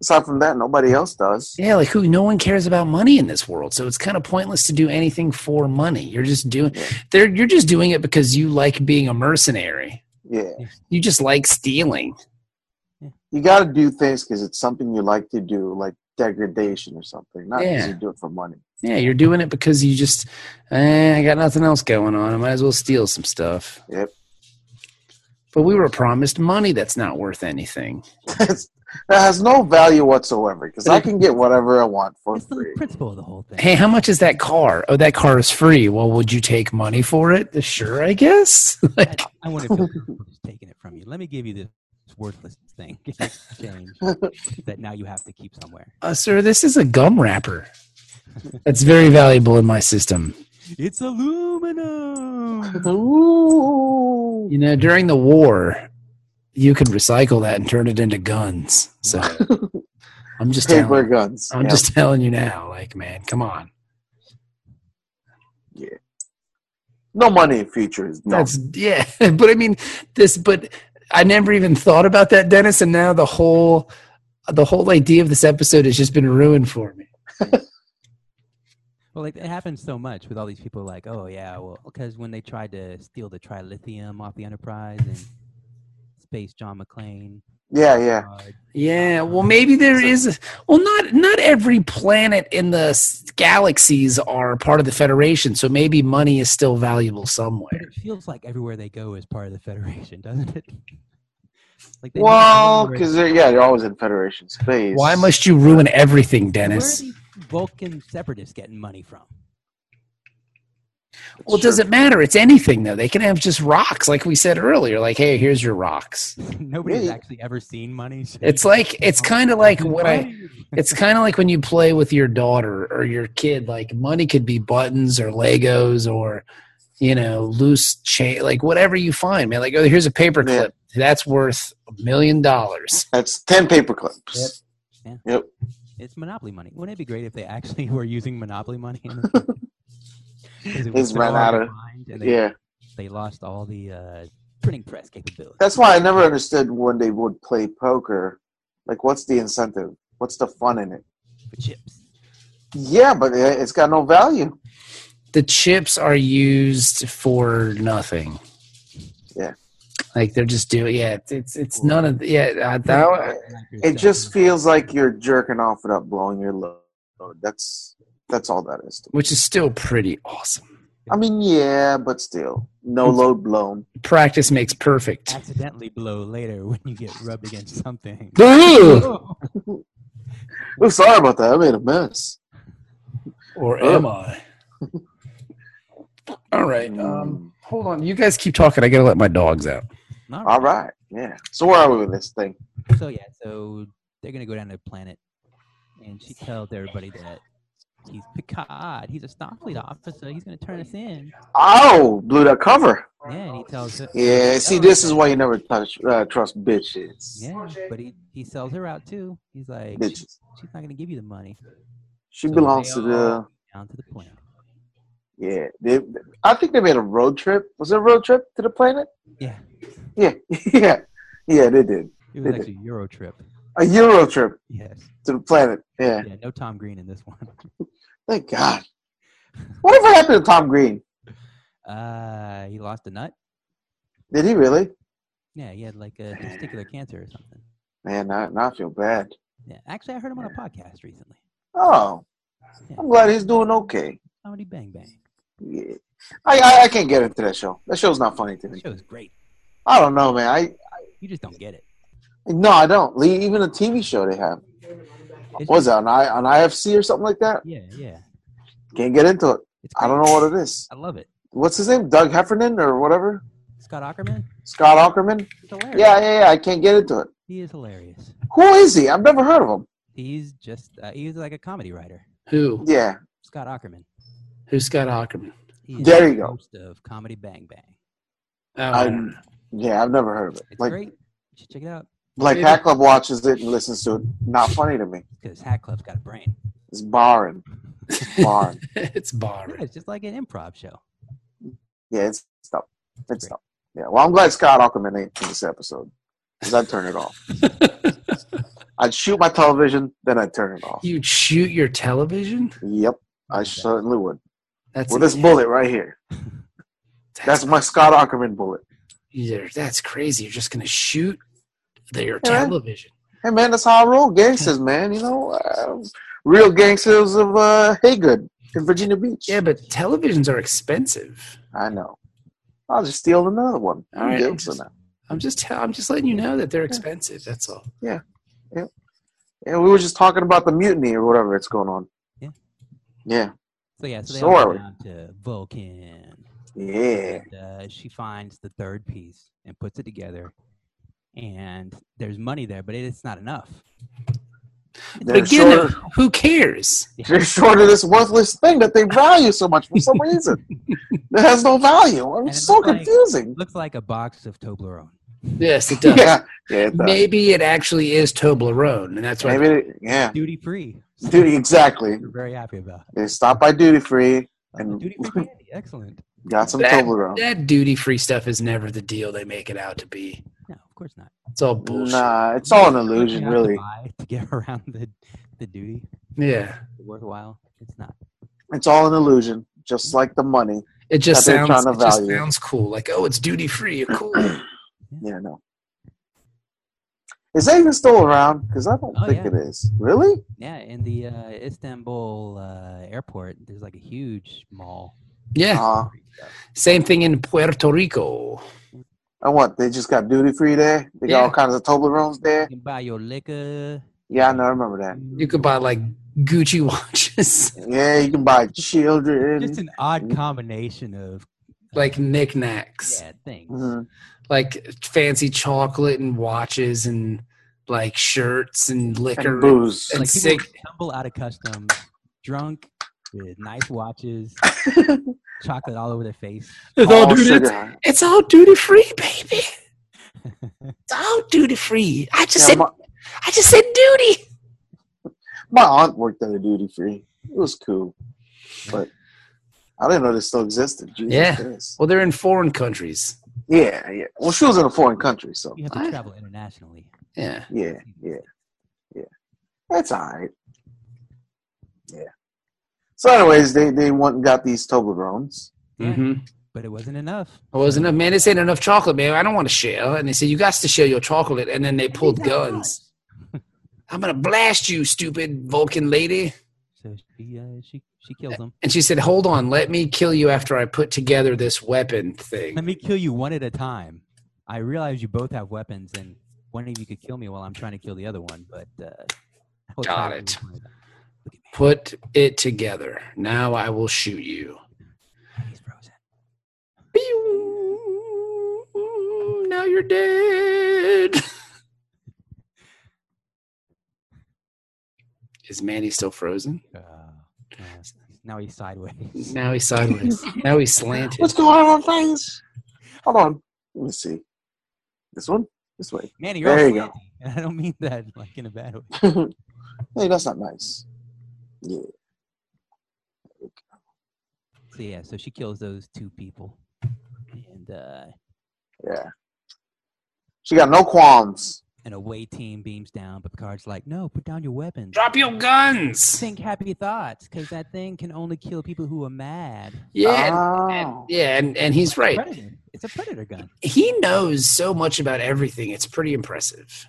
[SPEAKER 4] aside from that, nobody else does.
[SPEAKER 2] Yeah, like who? No one cares about money in this world, so it's kind of pointless to do anything for money. You're just doing.
[SPEAKER 4] Yeah.
[SPEAKER 2] They're, you're just doing it because you like being a mercenary.
[SPEAKER 4] Yeah,
[SPEAKER 2] You just like stealing.
[SPEAKER 4] you got to do things because it's something you like to do, like degradation or something, not because
[SPEAKER 2] Yeah.
[SPEAKER 4] you do it for money. [LAUGHS]
[SPEAKER 2] Yeah, you're doing it because you just. Eh, I got nothing else going on. I might as well steal some stuff.
[SPEAKER 4] Yep.
[SPEAKER 2] But we were promised money that's not worth anything.
[SPEAKER 4] It's- that has no value whatsoever because I can get whatever I want for
[SPEAKER 3] It's
[SPEAKER 2] [LAUGHS]
[SPEAKER 3] the
[SPEAKER 4] free.
[SPEAKER 3] principle of the whole thing.
[SPEAKER 2] Hey, how much is that car? Oh, that car is free. Well, would you take money for it? Uh, Sure, I guess. [LAUGHS]
[SPEAKER 3] I,
[SPEAKER 2] like,
[SPEAKER 3] I want to feel comfortable just taking it from you. Let me give you this worthless thing [LAUGHS] in exchange that now you have to keep somewhere.
[SPEAKER 2] uh, sir, this is a gum wrapper. That's very valuable in my system.
[SPEAKER 3] It's aluminum.
[SPEAKER 4] Ooh.
[SPEAKER 2] You know, during the war, you could recycle that and turn it into guns. So I'm just
[SPEAKER 4] Paper
[SPEAKER 2] telling,
[SPEAKER 4] guns.
[SPEAKER 2] I'm
[SPEAKER 4] Yeah.
[SPEAKER 2] just telling you now. Like, man, come on.
[SPEAKER 4] no money in future is dumb.
[SPEAKER 2] That's yeah, [LAUGHS] but I mean this. But I never even thought about that, Dennis. And now the whole, the whole idea of this episode has just been ruined for me.
[SPEAKER 3] Well, like it happens so much with all these people. Like, oh yeah, well, because when they tried to steal the trilithium off the Enterprise and space John McClane. uh,
[SPEAKER 4] Yeah, yeah.
[SPEAKER 3] Picard,
[SPEAKER 2] Yeah, well, maybe there is. a- Well, not not every planet in the s- galaxies are part of the Federation, so maybe money is still valuable
[SPEAKER 3] But
[SPEAKER 2] somewhere.
[SPEAKER 3] it feels like everywhere they go is part of the Federation, [LAUGHS] doesn't it? Like they never
[SPEAKER 4] Well,
[SPEAKER 3] go anywhere-
[SPEAKER 4] because they're yeah, they're always in Federation space.
[SPEAKER 2] Why must you ruin everything,
[SPEAKER 3] where are
[SPEAKER 2] Dennis?
[SPEAKER 3] these Vulcan separatists getting money from? [LAUGHS]
[SPEAKER 2] Well, it doesn't matter. It's anything though. They can have just rocks, like we said earlier. Like, hey, here's your
[SPEAKER 4] [LAUGHS]
[SPEAKER 2] rocks.
[SPEAKER 3] Nobody's
[SPEAKER 4] Yeah.
[SPEAKER 3] actually ever seen money. so Oh,
[SPEAKER 2] It's
[SPEAKER 3] you-
[SPEAKER 2] like it's kind of like
[SPEAKER 3] Money!
[SPEAKER 2] what I. it's kind of like when you play with your daughter or your kid like money could be buttons or legos or you know loose chain like whatever you find man like oh here's a paper
[SPEAKER 4] Yeah.
[SPEAKER 2] clip that's worth a million dollars
[SPEAKER 4] That's ten paper clips.
[SPEAKER 3] Yep.
[SPEAKER 4] Yep.
[SPEAKER 3] [LAUGHS] It's Monopoly money. Wouldn't it be great if they actually [LAUGHS] were using Monopoly money? [LAUGHS] in the future? 'Cause it was
[SPEAKER 4] It's run
[SPEAKER 3] so hard
[SPEAKER 4] out
[SPEAKER 3] to
[SPEAKER 4] of-
[SPEAKER 3] find, and they,
[SPEAKER 4] Yeah.
[SPEAKER 3] they lost all the uh, printing press capability.
[SPEAKER 4] That's why I never understood when they would play poker. Like, what's the incentive? What's the fun in it?
[SPEAKER 3] for chips.
[SPEAKER 4] Yeah, but it- it's got no value.
[SPEAKER 2] the chips are used for nothing
[SPEAKER 4] Yeah.
[SPEAKER 2] like they're just doing yeah it's it's, it's none of the, yeah I, that,
[SPEAKER 4] It just feels like you're jerking off without blowing your load. That's that's all that is. to me.
[SPEAKER 2] which is still pretty awesome
[SPEAKER 4] I mean, yeah, but still, no load blown.
[SPEAKER 2] practice makes perfect
[SPEAKER 3] accidentally blow later [LAUGHS] when you get rubbed against
[SPEAKER 4] [LAUGHS]
[SPEAKER 3] something.
[SPEAKER 2] Ugh.
[SPEAKER 3] Oh,
[SPEAKER 4] Oh, sorry about that. I made a mess.
[SPEAKER 2] or
[SPEAKER 4] Ugh.
[SPEAKER 2] am I? [LAUGHS] All right. Um, hold on. You guys keep talking. I gotta let my dogs out.
[SPEAKER 3] not
[SPEAKER 4] All right. Yeah. So where are we with this thing?
[SPEAKER 3] right. So yeah, so they're gonna go down to the planet, and she tells everybody that He's Picard. He's a Starfleet officer. He's going to turn us in.
[SPEAKER 4] Oh, blew that cover.
[SPEAKER 3] Yeah, and he tells.
[SPEAKER 4] Yeah, see, this is why you never touch uh, trust bitches.
[SPEAKER 3] Yeah, but he, he sells her out too. He's like, "She-
[SPEAKER 4] Bitches.
[SPEAKER 3] she's not going to give you the money.
[SPEAKER 4] She
[SPEAKER 3] So
[SPEAKER 4] belongs
[SPEAKER 3] they
[SPEAKER 4] to the.
[SPEAKER 3] Down to the planet.
[SPEAKER 4] Yeah, they, I think they made a road trip. Was it a road trip to the planet?
[SPEAKER 3] Yeah,
[SPEAKER 4] Yeah, [LAUGHS] yeah, yeah. They did
[SPEAKER 3] it
[SPEAKER 4] Did
[SPEAKER 3] was
[SPEAKER 4] it.
[SPEAKER 3] actually Euro trip.
[SPEAKER 4] a Euro trip
[SPEAKER 3] Yes.
[SPEAKER 4] to the planet. Yeah,
[SPEAKER 3] Yeah, no Tom Green in this one. [LAUGHS]
[SPEAKER 4] thank God. Whatever happened to Tom Green?
[SPEAKER 3] Uh, he lost a nut.
[SPEAKER 4] Did he really?
[SPEAKER 3] Yeah, he had like a testicular cancer or something.
[SPEAKER 4] Man, now, now I feel bad.
[SPEAKER 3] Yeah, actually, I heard him on a podcast recently.
[SPEAKER 4] Oh,
[SPEAKER 3] Yeah,
[SPEAKER 4] I'm glad he's doing okay.
[SPEAKER 3] comedy Bang Bang.
[SPEAKER 4] Yeah. I, I I can't get into that show. That show's not funny to
[SPEAKER 3] The
[SPEAKER 4] me.
[SPEAKER 3] show's great.
[SPEAKER 4] I don't know, man. I
[SPEAKER 3] You just don't get it.
[SPEAKER 4] no, I don't. Lee, Even a TV show they have
[SPEAKER 3] It's
[SPEAKER 4] was
[SPEAKER 3] just-
[SPEAKER 4] that on I on IFC or something like that.
[SPEAKER 3] Yeah, yeah.
[SPEAKER 4] Can't get into it.
[SPEAKER 3] It's
[SPEAKER 4] I don't know what it is.
[SPEAKER 3] I love it.
[SPEAKER 4] What's his name? Doug Heffernan or whatever.
[SPEAKER 3] Scott Ackerman.
[SPEAKER 4] Scott Ackerman.
[SPEAKER 3] He's hilarious.
[SPEAKER 4] Yeah, yeah, yeah. I can't get into it.
[SPEAKER 3] He is hilarious.
[SPEAKER 4] Who is he? I've never heard of him.
[SPEAKER 3] He's just uh, he's like a comedy writer.
[SPEAKER 2] Who?
[SPEAKER 4] Yeah,
[SPEAKER 3] Scott Ackerman.
[SPEAKER 2] Who's Scott Ackerman?
[SPEAKER 3] He is
[SPEAKER 4] There
[SPEAKER 3] the
[SPEAKER 4] you go.
[SPEAKER 3] Host of Comedy Bang Bang.
[SPEAKER 2] Oh, I don't
[SPEAKER 4] I'm, yeah. I've never heard of it.
[SPEAKER 3] Uh, It's
[SPEAKER 4] Like
[SPEAKER 3] great. You should check it out
[SPEAKER 4] like
[SPEAKER 2] Maybe-
[SPEAKER 4] Hat Club watches it and listens to it. Not funny to me.
[SPEAKER 3] because Hat Club's got a brain.
[SPEAKER 4] It's barren. Barn.
[SPEAKER 2] [LAUGHS] it's
[SPEAKER 3] Yeah,
[SPEAKER 2] barren.
[SPEAKER 3] it's just like an improv show.
[SPEAKER 4] Yeah, it's stuff. It's
[SPEAKER 3] Great.
[SPEAKER 4] stuff. Yeah. Well, I'm glad Scott Ackerman ain't in this episode because I'd turn
[SPEAKER 3] [LAUGHS]
[SPEAKER 4] it off. I'd shoot my television, then I'd turn it off.
[SPEAKER 2] You'd shoot your television?
[SPEAKER 4] Yep, I certainly would.
[SPEAKER 2] That's
[SPEAKER 4] With this bullet right here. That's my Scott Ackerman bullet.
[SPEAKER 2] You're- that's crazy. You're just gonna shoot the, your
[SPEAKER 4] Yeah.
[SPEAKER 2] television.
[SPEAKER 4] Hey man, that's how I roll, gangsters, man. You know, uh, real gangsters of uh, Haygood in Virginia Beach.
[SPEAKER 2] Yeah, but televisions are expensive.
[SPEAKER 4] I know. I'll just steal another one.
[SPEAKER 2] All
[SPEAKER 4] I'm
[SPEAKER 2] right,
[SPEAKER 4] gangster
[SPEAKER 2] just-
[SPEAKER 4] now.
[SPEAKER 2] I'm just tell, I'm just letting you know that they're expensive. That's all.
[SPEAKER 4] Yeah, we were just talking about the mutiny or whatever it's going on.
[SPEAKER 3] Yeah.
[SPEAKER 4] Yeah.
[SPEAKER 3] So yeah, so they
[SPEAKER 4] So
[SPEAKER 3] all
[SPEAKER 4] are
[SPEAKER 3] go
[SPEAKER 4] we.
[SPEAKER 3] down to Vulcan.
[SPEAKER 4] Yeah.
[SPEAKER 3] And, uh, she finds the third piece and puts it together. And there's money there, but it's not enough.
[SPEAKER 4] They're
[SPEAKER 2] Again,
[SPEAKER 4] short,
[SPEAKER 2] who cares?
[SPEAKER 4] they're short of this worthless thing that they value so much for
[SPEAKER 2] [LAUGHS]
[SPEAKER 4] some reason. It has no value. I'm
[SPEAKER 3] And it's
[SPEAKER 4] so
[SPEAKER 3] like-
[SPEAKER 4] confusing.
[SPEAKER 3] Looks like a box of Toblerone.
[SPEAKER 2] Yes, it does.
[SPEAKER 4] [LAUGHS] Yeah. Yeah. It does.
[SPEAKER 2] uh, Maybe it actually is Toblerone, and that's why
[SPEAKER 4] Maybe. it- Yeah.
[SPEAKER 3] Duty free.
[SPEAKER 4] Duty. Exactly.
[SPEAKER 3] We're very happy about.
[SPEAKER 4] They stopped by duty free, And-
[SPEAKER 3] duty
[SPEAKER 4] [LAUGHS]
[SPEAKER 3] free candy. Excellent.
[SPEAKER 4] got some
[SPEAKER 2] That-
[SPEAKER 4] Toblerone.
[SPEAKER 2] that duty free stuff is never the deal they make it out to be.
[SPEAKER 3] No, of course not.
[SPEAKER 2] It's all bullshit.
[SPEAKER 4] Nah, it's all an
[SPEAKER 3] You
[SPEAKER 4] illusion,
[SPEAKER 3] have to
[SPEAKER 4] really.
[SPEAKER 3] buy To get [LAUGHS] around the, the duty,
[SPEAKER 2] Yeah,
[SPEAKER 3] the worthwhile. It's not.
[SPEAKER 4] It's all an illusion, just like the money.
[SPEAKER 2] it just
[SPEAKER 4] That they're
[SPEAKER 2] sounds
[SPEAKER 4] trying
[SPEAKER 2] it
[SPEAKER 4] to
[SPEAKER 2] just
[SPEAKER 4] value.
[SPEAKER 2] sounds cool. Like oh, it's duty free. Cool.
[SPEAKER 4] [CLEARS THROAT] Yeah, no. Is that even still around? Because I don't
[SPEAKER 3] Oh,
[SPEAKER 4] think
[SPEAKER 3] yeah.
[SPEAKER 4] it is.
[SPEAKER 2] [LAUGHS]
[SPEAKER 4] Really?
[SPEAKER 3] Yeah, in the uh, Istanbul uh, airport, there's like a huge mall.
[SPEAKER 2] Yeah,
[SPEAKER 4] Uh,
[SPEAKER 2] same thing in Puerto Rico.
[SPEAKER 4] and what? They just got duty free there. They got
[SPEAKER 2] Yeah.
[SPEAKER 4] all kinds of Toblerones
[SPEAKER 3] You
[SPEAKER 4] there.
[SPEAKER 3] can buy your liquor.
[SPEAKER 4] Yeah, I know. I remember that.
[SPEAKER 2] You could buy like Gucci [LAUGHS] watches,
[SPEAKER 4] Yeah, you can buy children.
[SPEAKER 3] Just an
[SPEAKER 4] Mm-hmm.
[SPEAKER 3] odd combination of
[SPEAKER 2] like knickknacks,
[SPEAKER 3] yeah things.
[SPEAKER 4] Mhm.
[SPEAKER 2] like fancy chocolate and watches and like shirts and liquor.
[SPEAKER 4] And booze.
[SPEAKER 2] And
[SPEAKER 3] like people
[SPEAKER 2] sick-
[SPEAKER 3] stumble out of customs, drunk with nice
[SPEAKER 2] [LAUGHS]
[SPEAKER 3] watches, chocolate all over their face.
[SPEAKER 2] It's all
[SPEAKER 4] All
[SPEAKER 2] duty. It's,
[SPEAKER 4] sugar.
[SPEAKER 2] it's all duty free, [LAUGHS] baby. It's all duty free. I just
[SPEAKER 4] Yeah,
[SPEAKER 2] said
[SPEAKER 4] my,
[SPEAKER 2] I just said duty.
[SPEAKER 4] my aunt worked at a duty free. It was cool, but I didn't know this still existed. Jesus
[SPEAKER 2] Yeah.
[SPEAKER 4] Christ.
[SPEAKER 2] Well, they're in foreign countries.
[SPEAKER 4] Yeah, yeah. Well, she was in a foreign country, so
[SPEAKER 3] You have to
[SPEAKER 2] What?
[SPEAKER 3] travel internationally.
[SPEAKER 2] Yeah.
[SPEAKER 4] yeah, yeah, yeah. That's all right. Yeah. So, anyways, they they went and got these Toblerones.
[SPEAKER 3] Yeah.
[SPEAKER 2] Mm-hmm.
[SPEAKER 3] But it wasn't enough.
[SPEAKER 2] I wasn't enough, man. This ain't enough chocolate, man. I don't want to share. And they said, You got to share your chocolate. And then they pulled guns. I'm going to blast you, stupid Vulcan lady.
[SPEAKER 3] So she uh, she she kills him.
[SPEAKER 2] And she said, Hold on. Let me kill you after I put together this weapon
[SPEAKER 3] Let
[SPEAKER 2] thing.
[SPEAKER 3] me kill you one at a time. I realize you both have weapons, and one of you could kill me while I'm trying to kill the other one. But uh, I'll
[SPEAKER 2] Got
[SPEAKER 3] try to
[SPEAKER 2] it.
[SPEAKER 3] do one at a time. Look at
[SPEAKER 2] Put it together. Now I will shoot you.
[SPEAKER 3] me. [LAUGHS] He's frozen.
[SPEAKER 2] Pew! Now you're
[SPEAKER 3] [LAUGHS]
[SPEAKER 2] dead. Is Mandy still frozen?
[SPEAKER 3] Uh, Yeah. Now he's sideways.
[SPEAKER 2] Now he's sideways. now he's slanted.
[SPEAKER 4] What's going on with my face? Hold on. Let me see. This one? This way. [LAUGHS]
[SPEAKER 3] Manny, you're
[SPEAKER 4] There
[SPEAKER 3] all
[SPEAKER 4] you go.
[SPEAKER 3] slanty. And [LAUGHS] I don't mean that like in a bad way.
[SPEAKER 4] hey, that's not nice. Yeah.
[SPEAKER 3] So yeah, so she kills those two people, and uh,
[SPEAKER 4] Yeah. She got no qualms.
[SPEAKER 3] an away team beams down, but Picard's like, "No, put down your weapons.
[SPEAKER 2] Drop your guns.
[SPEAKER 3] Think happy thoughts, because that thing can only kill people who are mad."
[SPEAKER 2] Yeah. and-
[SPEAKER 4] Ah.
[SPEAKER 2] and- yeah, and, and he's right.
[SPEAKER 3] Predator. It's a predator gun.
[SPEAKER 2] He knows so much about everything. It's pretty impressive.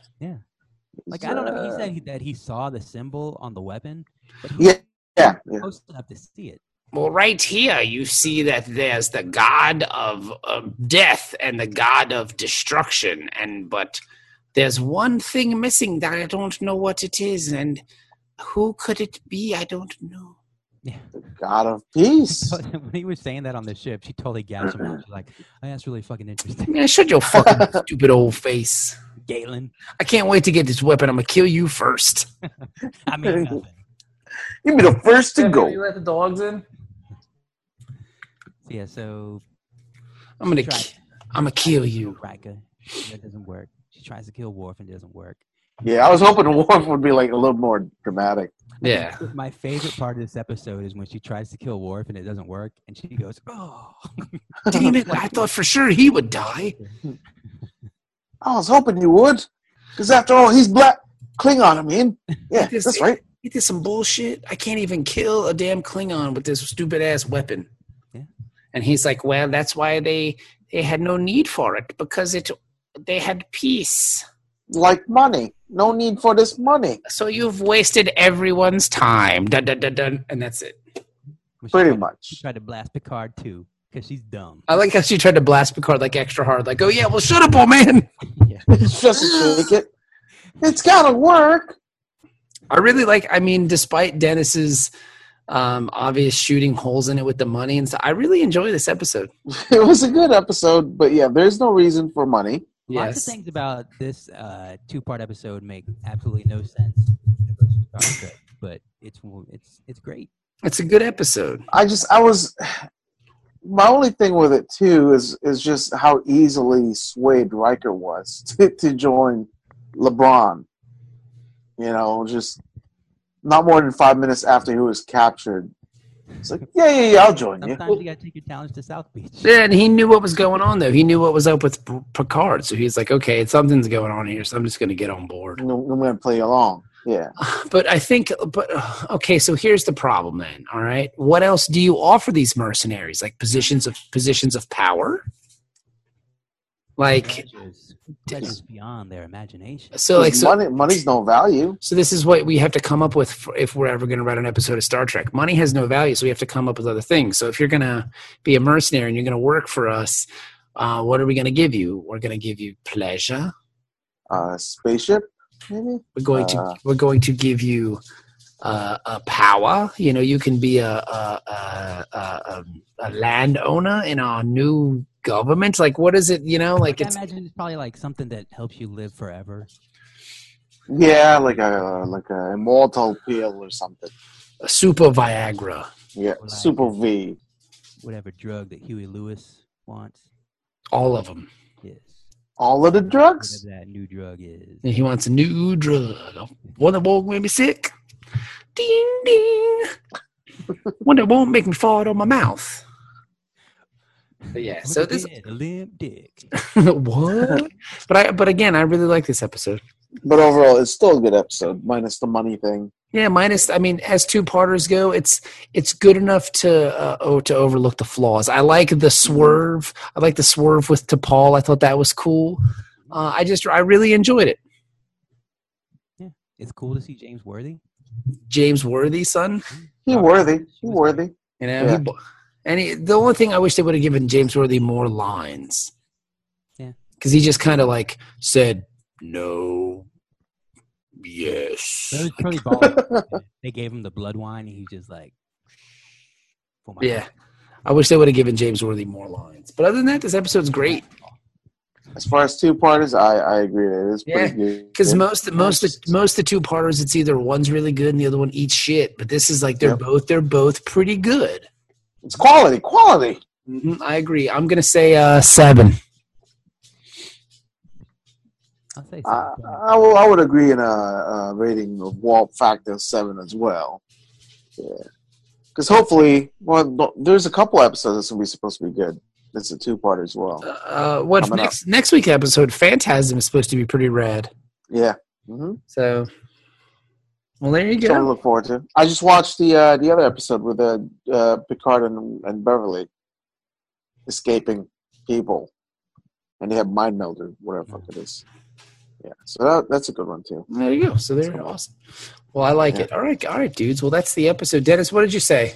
[SPEAKER 3] Like I don't know. He
[SPEAKER 4] Yeah.
[SPEAKER 3] said he, that he saw the symbol on the weapon, but he
[SPEAKER 4] Yeah. Yeah. yeah.
[SPEAKER 3] was close enough to see it. [LAUGHS]
[SPEAKER 2] Well, right here, you see that there's the god of, of death and the god of destruction, and but there's one thing missing that I don't know what it is, and who could it be? I don't know.
[SPEAKER 3] Yeah.
[SPEAKER 4] The God of
[SPEAKER 3] [LAUGHS]
[SPEAKER 4] peace.
[SPEAKER 3] But when he was saying that on the ship, she totally gasped him out. She's like, oh, "That's really fucking interesting, [LAUGHS]
[SPEAKER 2] Man, shut your [LAUGHS] fucking stupid old face.
[SPEAKER 3] Galen."
[SPEAKER 2] I can't wait to get this weapon. I'm gonna kill you first. [LAUGHS]
[SPEAKER 3] I mean nothing.
[SPEAKER 4] You'd be the first to go.
[SPEAKER 2] let the dogs in.
[SPEAKER 3] So, yeah. So
[SPEAKER 2] I'm gonna,
[SPEAKER 3] Try.
[SPEAKER 2] ki- I'm gonna kill you.
[SPEAKER 3] Riker, that doesn't work. She tries to kill Worf and it doesn't work.
[SPEAKER 4] Yeah, I was hoping [LAUGHS] Worf would be like a little more dramatic.
[SPEAKER 2] Yeah.
[SPEAKER 3] My favorite part of this episode is when she tries to kill Worf and it doesn't work, and she goes, "Oh,
[SPEAKER 2] Damn it! I thought for sure he would die.
[SPEAKER 4] I was hoping you would, because after all, he's black. Klingon, I mean. Yeah,
[SPEAKER 2] This-
[SPEAKER 4] that's right.
[SPEAKER 2] Ain't this some bullshit? I can't even kill a damn Klingon with this stupid ass weapon.
[SPEAKER 3] Yeah.
[SPEAKER 2] And he's like, well, that's why they they had no need for it because it they had peace.
[SPEAKER 4] Like money. No need for this money.
[SPEAKER 2] So you've wasted everyone's time. Dun dun dun dun, and that's it.
[SPEAKER 3] When she
[SPEAKER 4] Pretty
[SPEAKER 3] tried- She [LAUGHS]
[SPEAKER 4] much.
[SPEAKER 3] tried to blast Picard too because
[SPEAKER 2] [LAUGHS]
[SPEAKER 3] she's dumb.
[SPEAKER 2] I like how she tried to blast Picard like extra hard, like, oh yeah, well shut up, old man. [LAUGHS]
[SPEAKER 3] yeah.
[SPEAKER 4] [LAUGHS] Just shake it. It's gotta work. [LAUGHS]
[SPEAKER 2] I really like. I mean, despite Dennis's um, obvious shooting holes in it with the money and stuff, I really enjoy this episode.
[SPEAKER 4] It was a good episode, but yeah, there's no reason for money.
[SPEAKER 3] Lots of things about this uh, two-part episode make absolutely no sense. versus Star Trek, but it's it's it's great.
[SPEAKER 2] it's a good episode.
[SPEAKER 4] I just I was [SIGHS] my only thing with it too is is just how easily swayed Riker was [LAUGHS] to, to join LeBron. You know, just not more than five minutes after he was captured. It's like, yeah, yeah, yeah, I'll join you.
[SPEAKER 3] Sometimes you gotta take your talents to South Beach.
[SPEAKER 2] Yeah, and he knew what was going on though. He knew what was up with P- Picard, so he's like, "Okay, something's going on here, so I'm just going to get on board."
[SPEAKER 4] I'm gonna play along. Yeah.
[SPEAKER 2] But I think, but uh, okay, so here's the problem then. All right, what else do you offer these mercenaries? Like positions of positions of power. Like
[SPEAKER 3] Pleasures, pleasures beyond their imagination.
[SPEAKER 2] so, like so,
[SPEAKER 4] money, money's no value.
[SPEAKER 2] so. This is what we have to come up with for, if we're ever going to write an episode of Star Trek. Money has no value, so we have to come up with other things. So if you're going to be a mercenary and you're going to work for us, uh, what are we going to give you? We're going to give you pleasure.
[SPEAKER 4] Uh, spaceship, maybe.
[SPEAKER 2] we're going to
[SPEAKER 4] Uh.
[SPEAKER 2] we're going to give you uh, a power. You know, you can be a a, a, a, a, um, a landowner in our new government. Like, what is it? You know, like
[SPEAKER 3] I
[SPEAKER 2] it's
[SPEAKER 3] imagine it's probably like something that helps you live forever.
[SPEAKER 4] Yeah, like a like a immortal pill or something.
[SPEAKER 2] a super Viagra.
[SPEAKER 4] Yeah,
[SPEAKER 3] Like-
[SPEAKER 4] Super V.
[SPEAKER 3] whatever drug that Huey Lewis wants
[SPEAKER 2] All of them.
[SPEAKER 3] is
[SPEAKER 4] All of the drugs.
[SPEAKER 3] whatever that new drug is.
[SPEAKER 2] And he wants a new drug. One that won't make me sick. Ding [LAUGHS] ding. One that won't make me fart on my mouth. But yeah, so this
[SPEAKER 3] Look at a limp dick.
[SPEAKER 2] [LAUGHS] what? But I but again, I really like this episode.
[SPEAKER 4] But overall, it's still a good episode, minus the money thing.
[SPEAKER 2] Yeah, minus. I mean, as two parters go, it's it's good enough to uh, oh to overlook the flaws. I like the swerve. I like the swerve with T'Pol. I thought that was cool. Uh, I just I really enjoyed it.
[SPEAKER 3] It's cool to see James Worthy.
[SPEAKER 2] James Worthy, son.
[SPEAKER 4] He
[SPEAKER 2] Oh,
[SPEAKER 4] worthy. He worthy.
[SPEAKER 2] You know,
[SPEAKER 4] Yeah.
[SPEAKER 2] he, bo- and he, the only thing I wish they would have given James Worthy more lines.
[SPEAKER 3] Yeah.
[SPEAKER 2] because he just kind of like said no, yes.
[SPEAKER 3] That was [LAUGHS] pretty baller. they gave him the blood wine, and he just like, [SNIFFS] for my
[SPEAKER 2] Yeah, I wish they would have given James Worthy more lines. But other than that, this episode's great.
[SPEAKER 4] As far as two parters, I, I agree. It is pretty good.
[SPEAKER 2] Because most most the, most the two parters, it's either one's really good and the other one eats shit. But this is like they're
[SPEAKER 4] Yep.
[SPEAKER 2] both they're both pretty good.
[SPEAKER 4] it's quality, quality.
[SPEAKER 2] Mhm,
[SPEAKER 4] Mm-hmm.
[SPEAKER 2] I agree. I'm gonna say uh, seven.
[SPEAKER 3] I'll say
[SPEAKER 4] I,
[SPEAKER 3] seven.
[SPEAKER 2] Uh,
[SPEAKER 4] I, will- I would agree in a, a rating of Warp Factor 7 as well. Yeah. Because hopefully, well, no- there's a couple episodes that's going to be supposed to be good. It's a two part as well.
[SPEAKER 2] Uh, what
[SPEAKER 4] Coming up.
[SPEAKER 2] next next week episode? Phantasm is supposed to be pretty rad.
[SPEAKER 4] Yeah. Mm-hmm.
[SPEAKER 2] So, well, there you
[SPEAKER 4] Something to
[SPEAKER 2] go.
[SPEAKER 4] look forward to. I just watched the uh, the other episode with uh, uh, Picard and, and Beverly escaping people. And they have mind melder, whatever the fuck it is. Yeah. So that, that's a good one, too.
[SPEAKER 2] There you go. So they're
[SPEAKER 4] Something.
[SPEAKER 2] awesome. Well, I like
[SPEAKER 4] Yeah.
[SPEAKER 2] it. All right, all right, dudes. Well, that's the episode. Dennis, what did you say?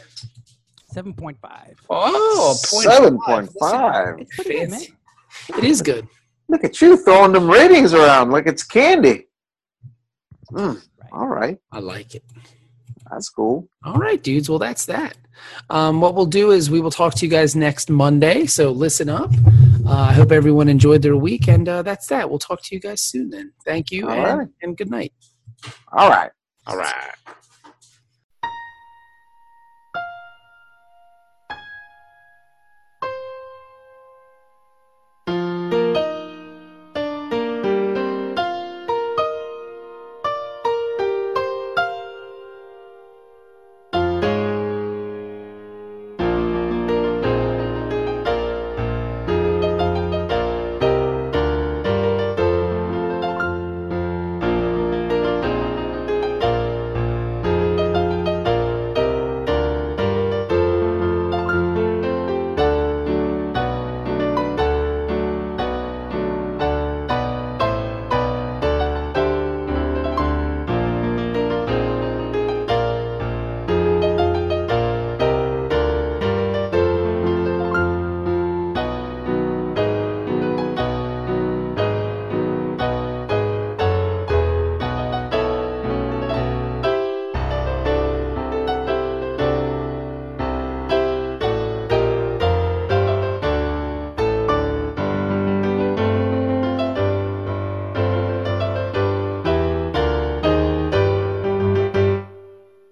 [SPEAKER 3] Seven point five.
[SPEAKER 2] Oh, a point five.
[SPEAKER 4] 7.5.
[SPEAKER 3] It's pretty good, man.
[SPEAKER 2] Fancy. It is good.
[SPEAKER 4] Look at you throwing them ratings around like it's candy. Mm,
[SPEAKER 3] Right.
[SPEAKER 4] all right,
[SPEAKER 2] I like it.
[SPEAKER 4] that's cool.
[SPEAKER 2] All right, dudes. Well, that's that. Um, what we'll do is we will talk to you guys next Monday. So listen up. Uh, I hope everyone enjoyed their week, and uh, that's that. We'll talk to you guys soon. Then, thank you,
[SPEAKER 4] All
[SPEAKER 2] and,
[SPEAKER 4] right.
[SPEAKER 2] and good night.
[SPEAKER 4] All right.
[SPEAKER 2] All right.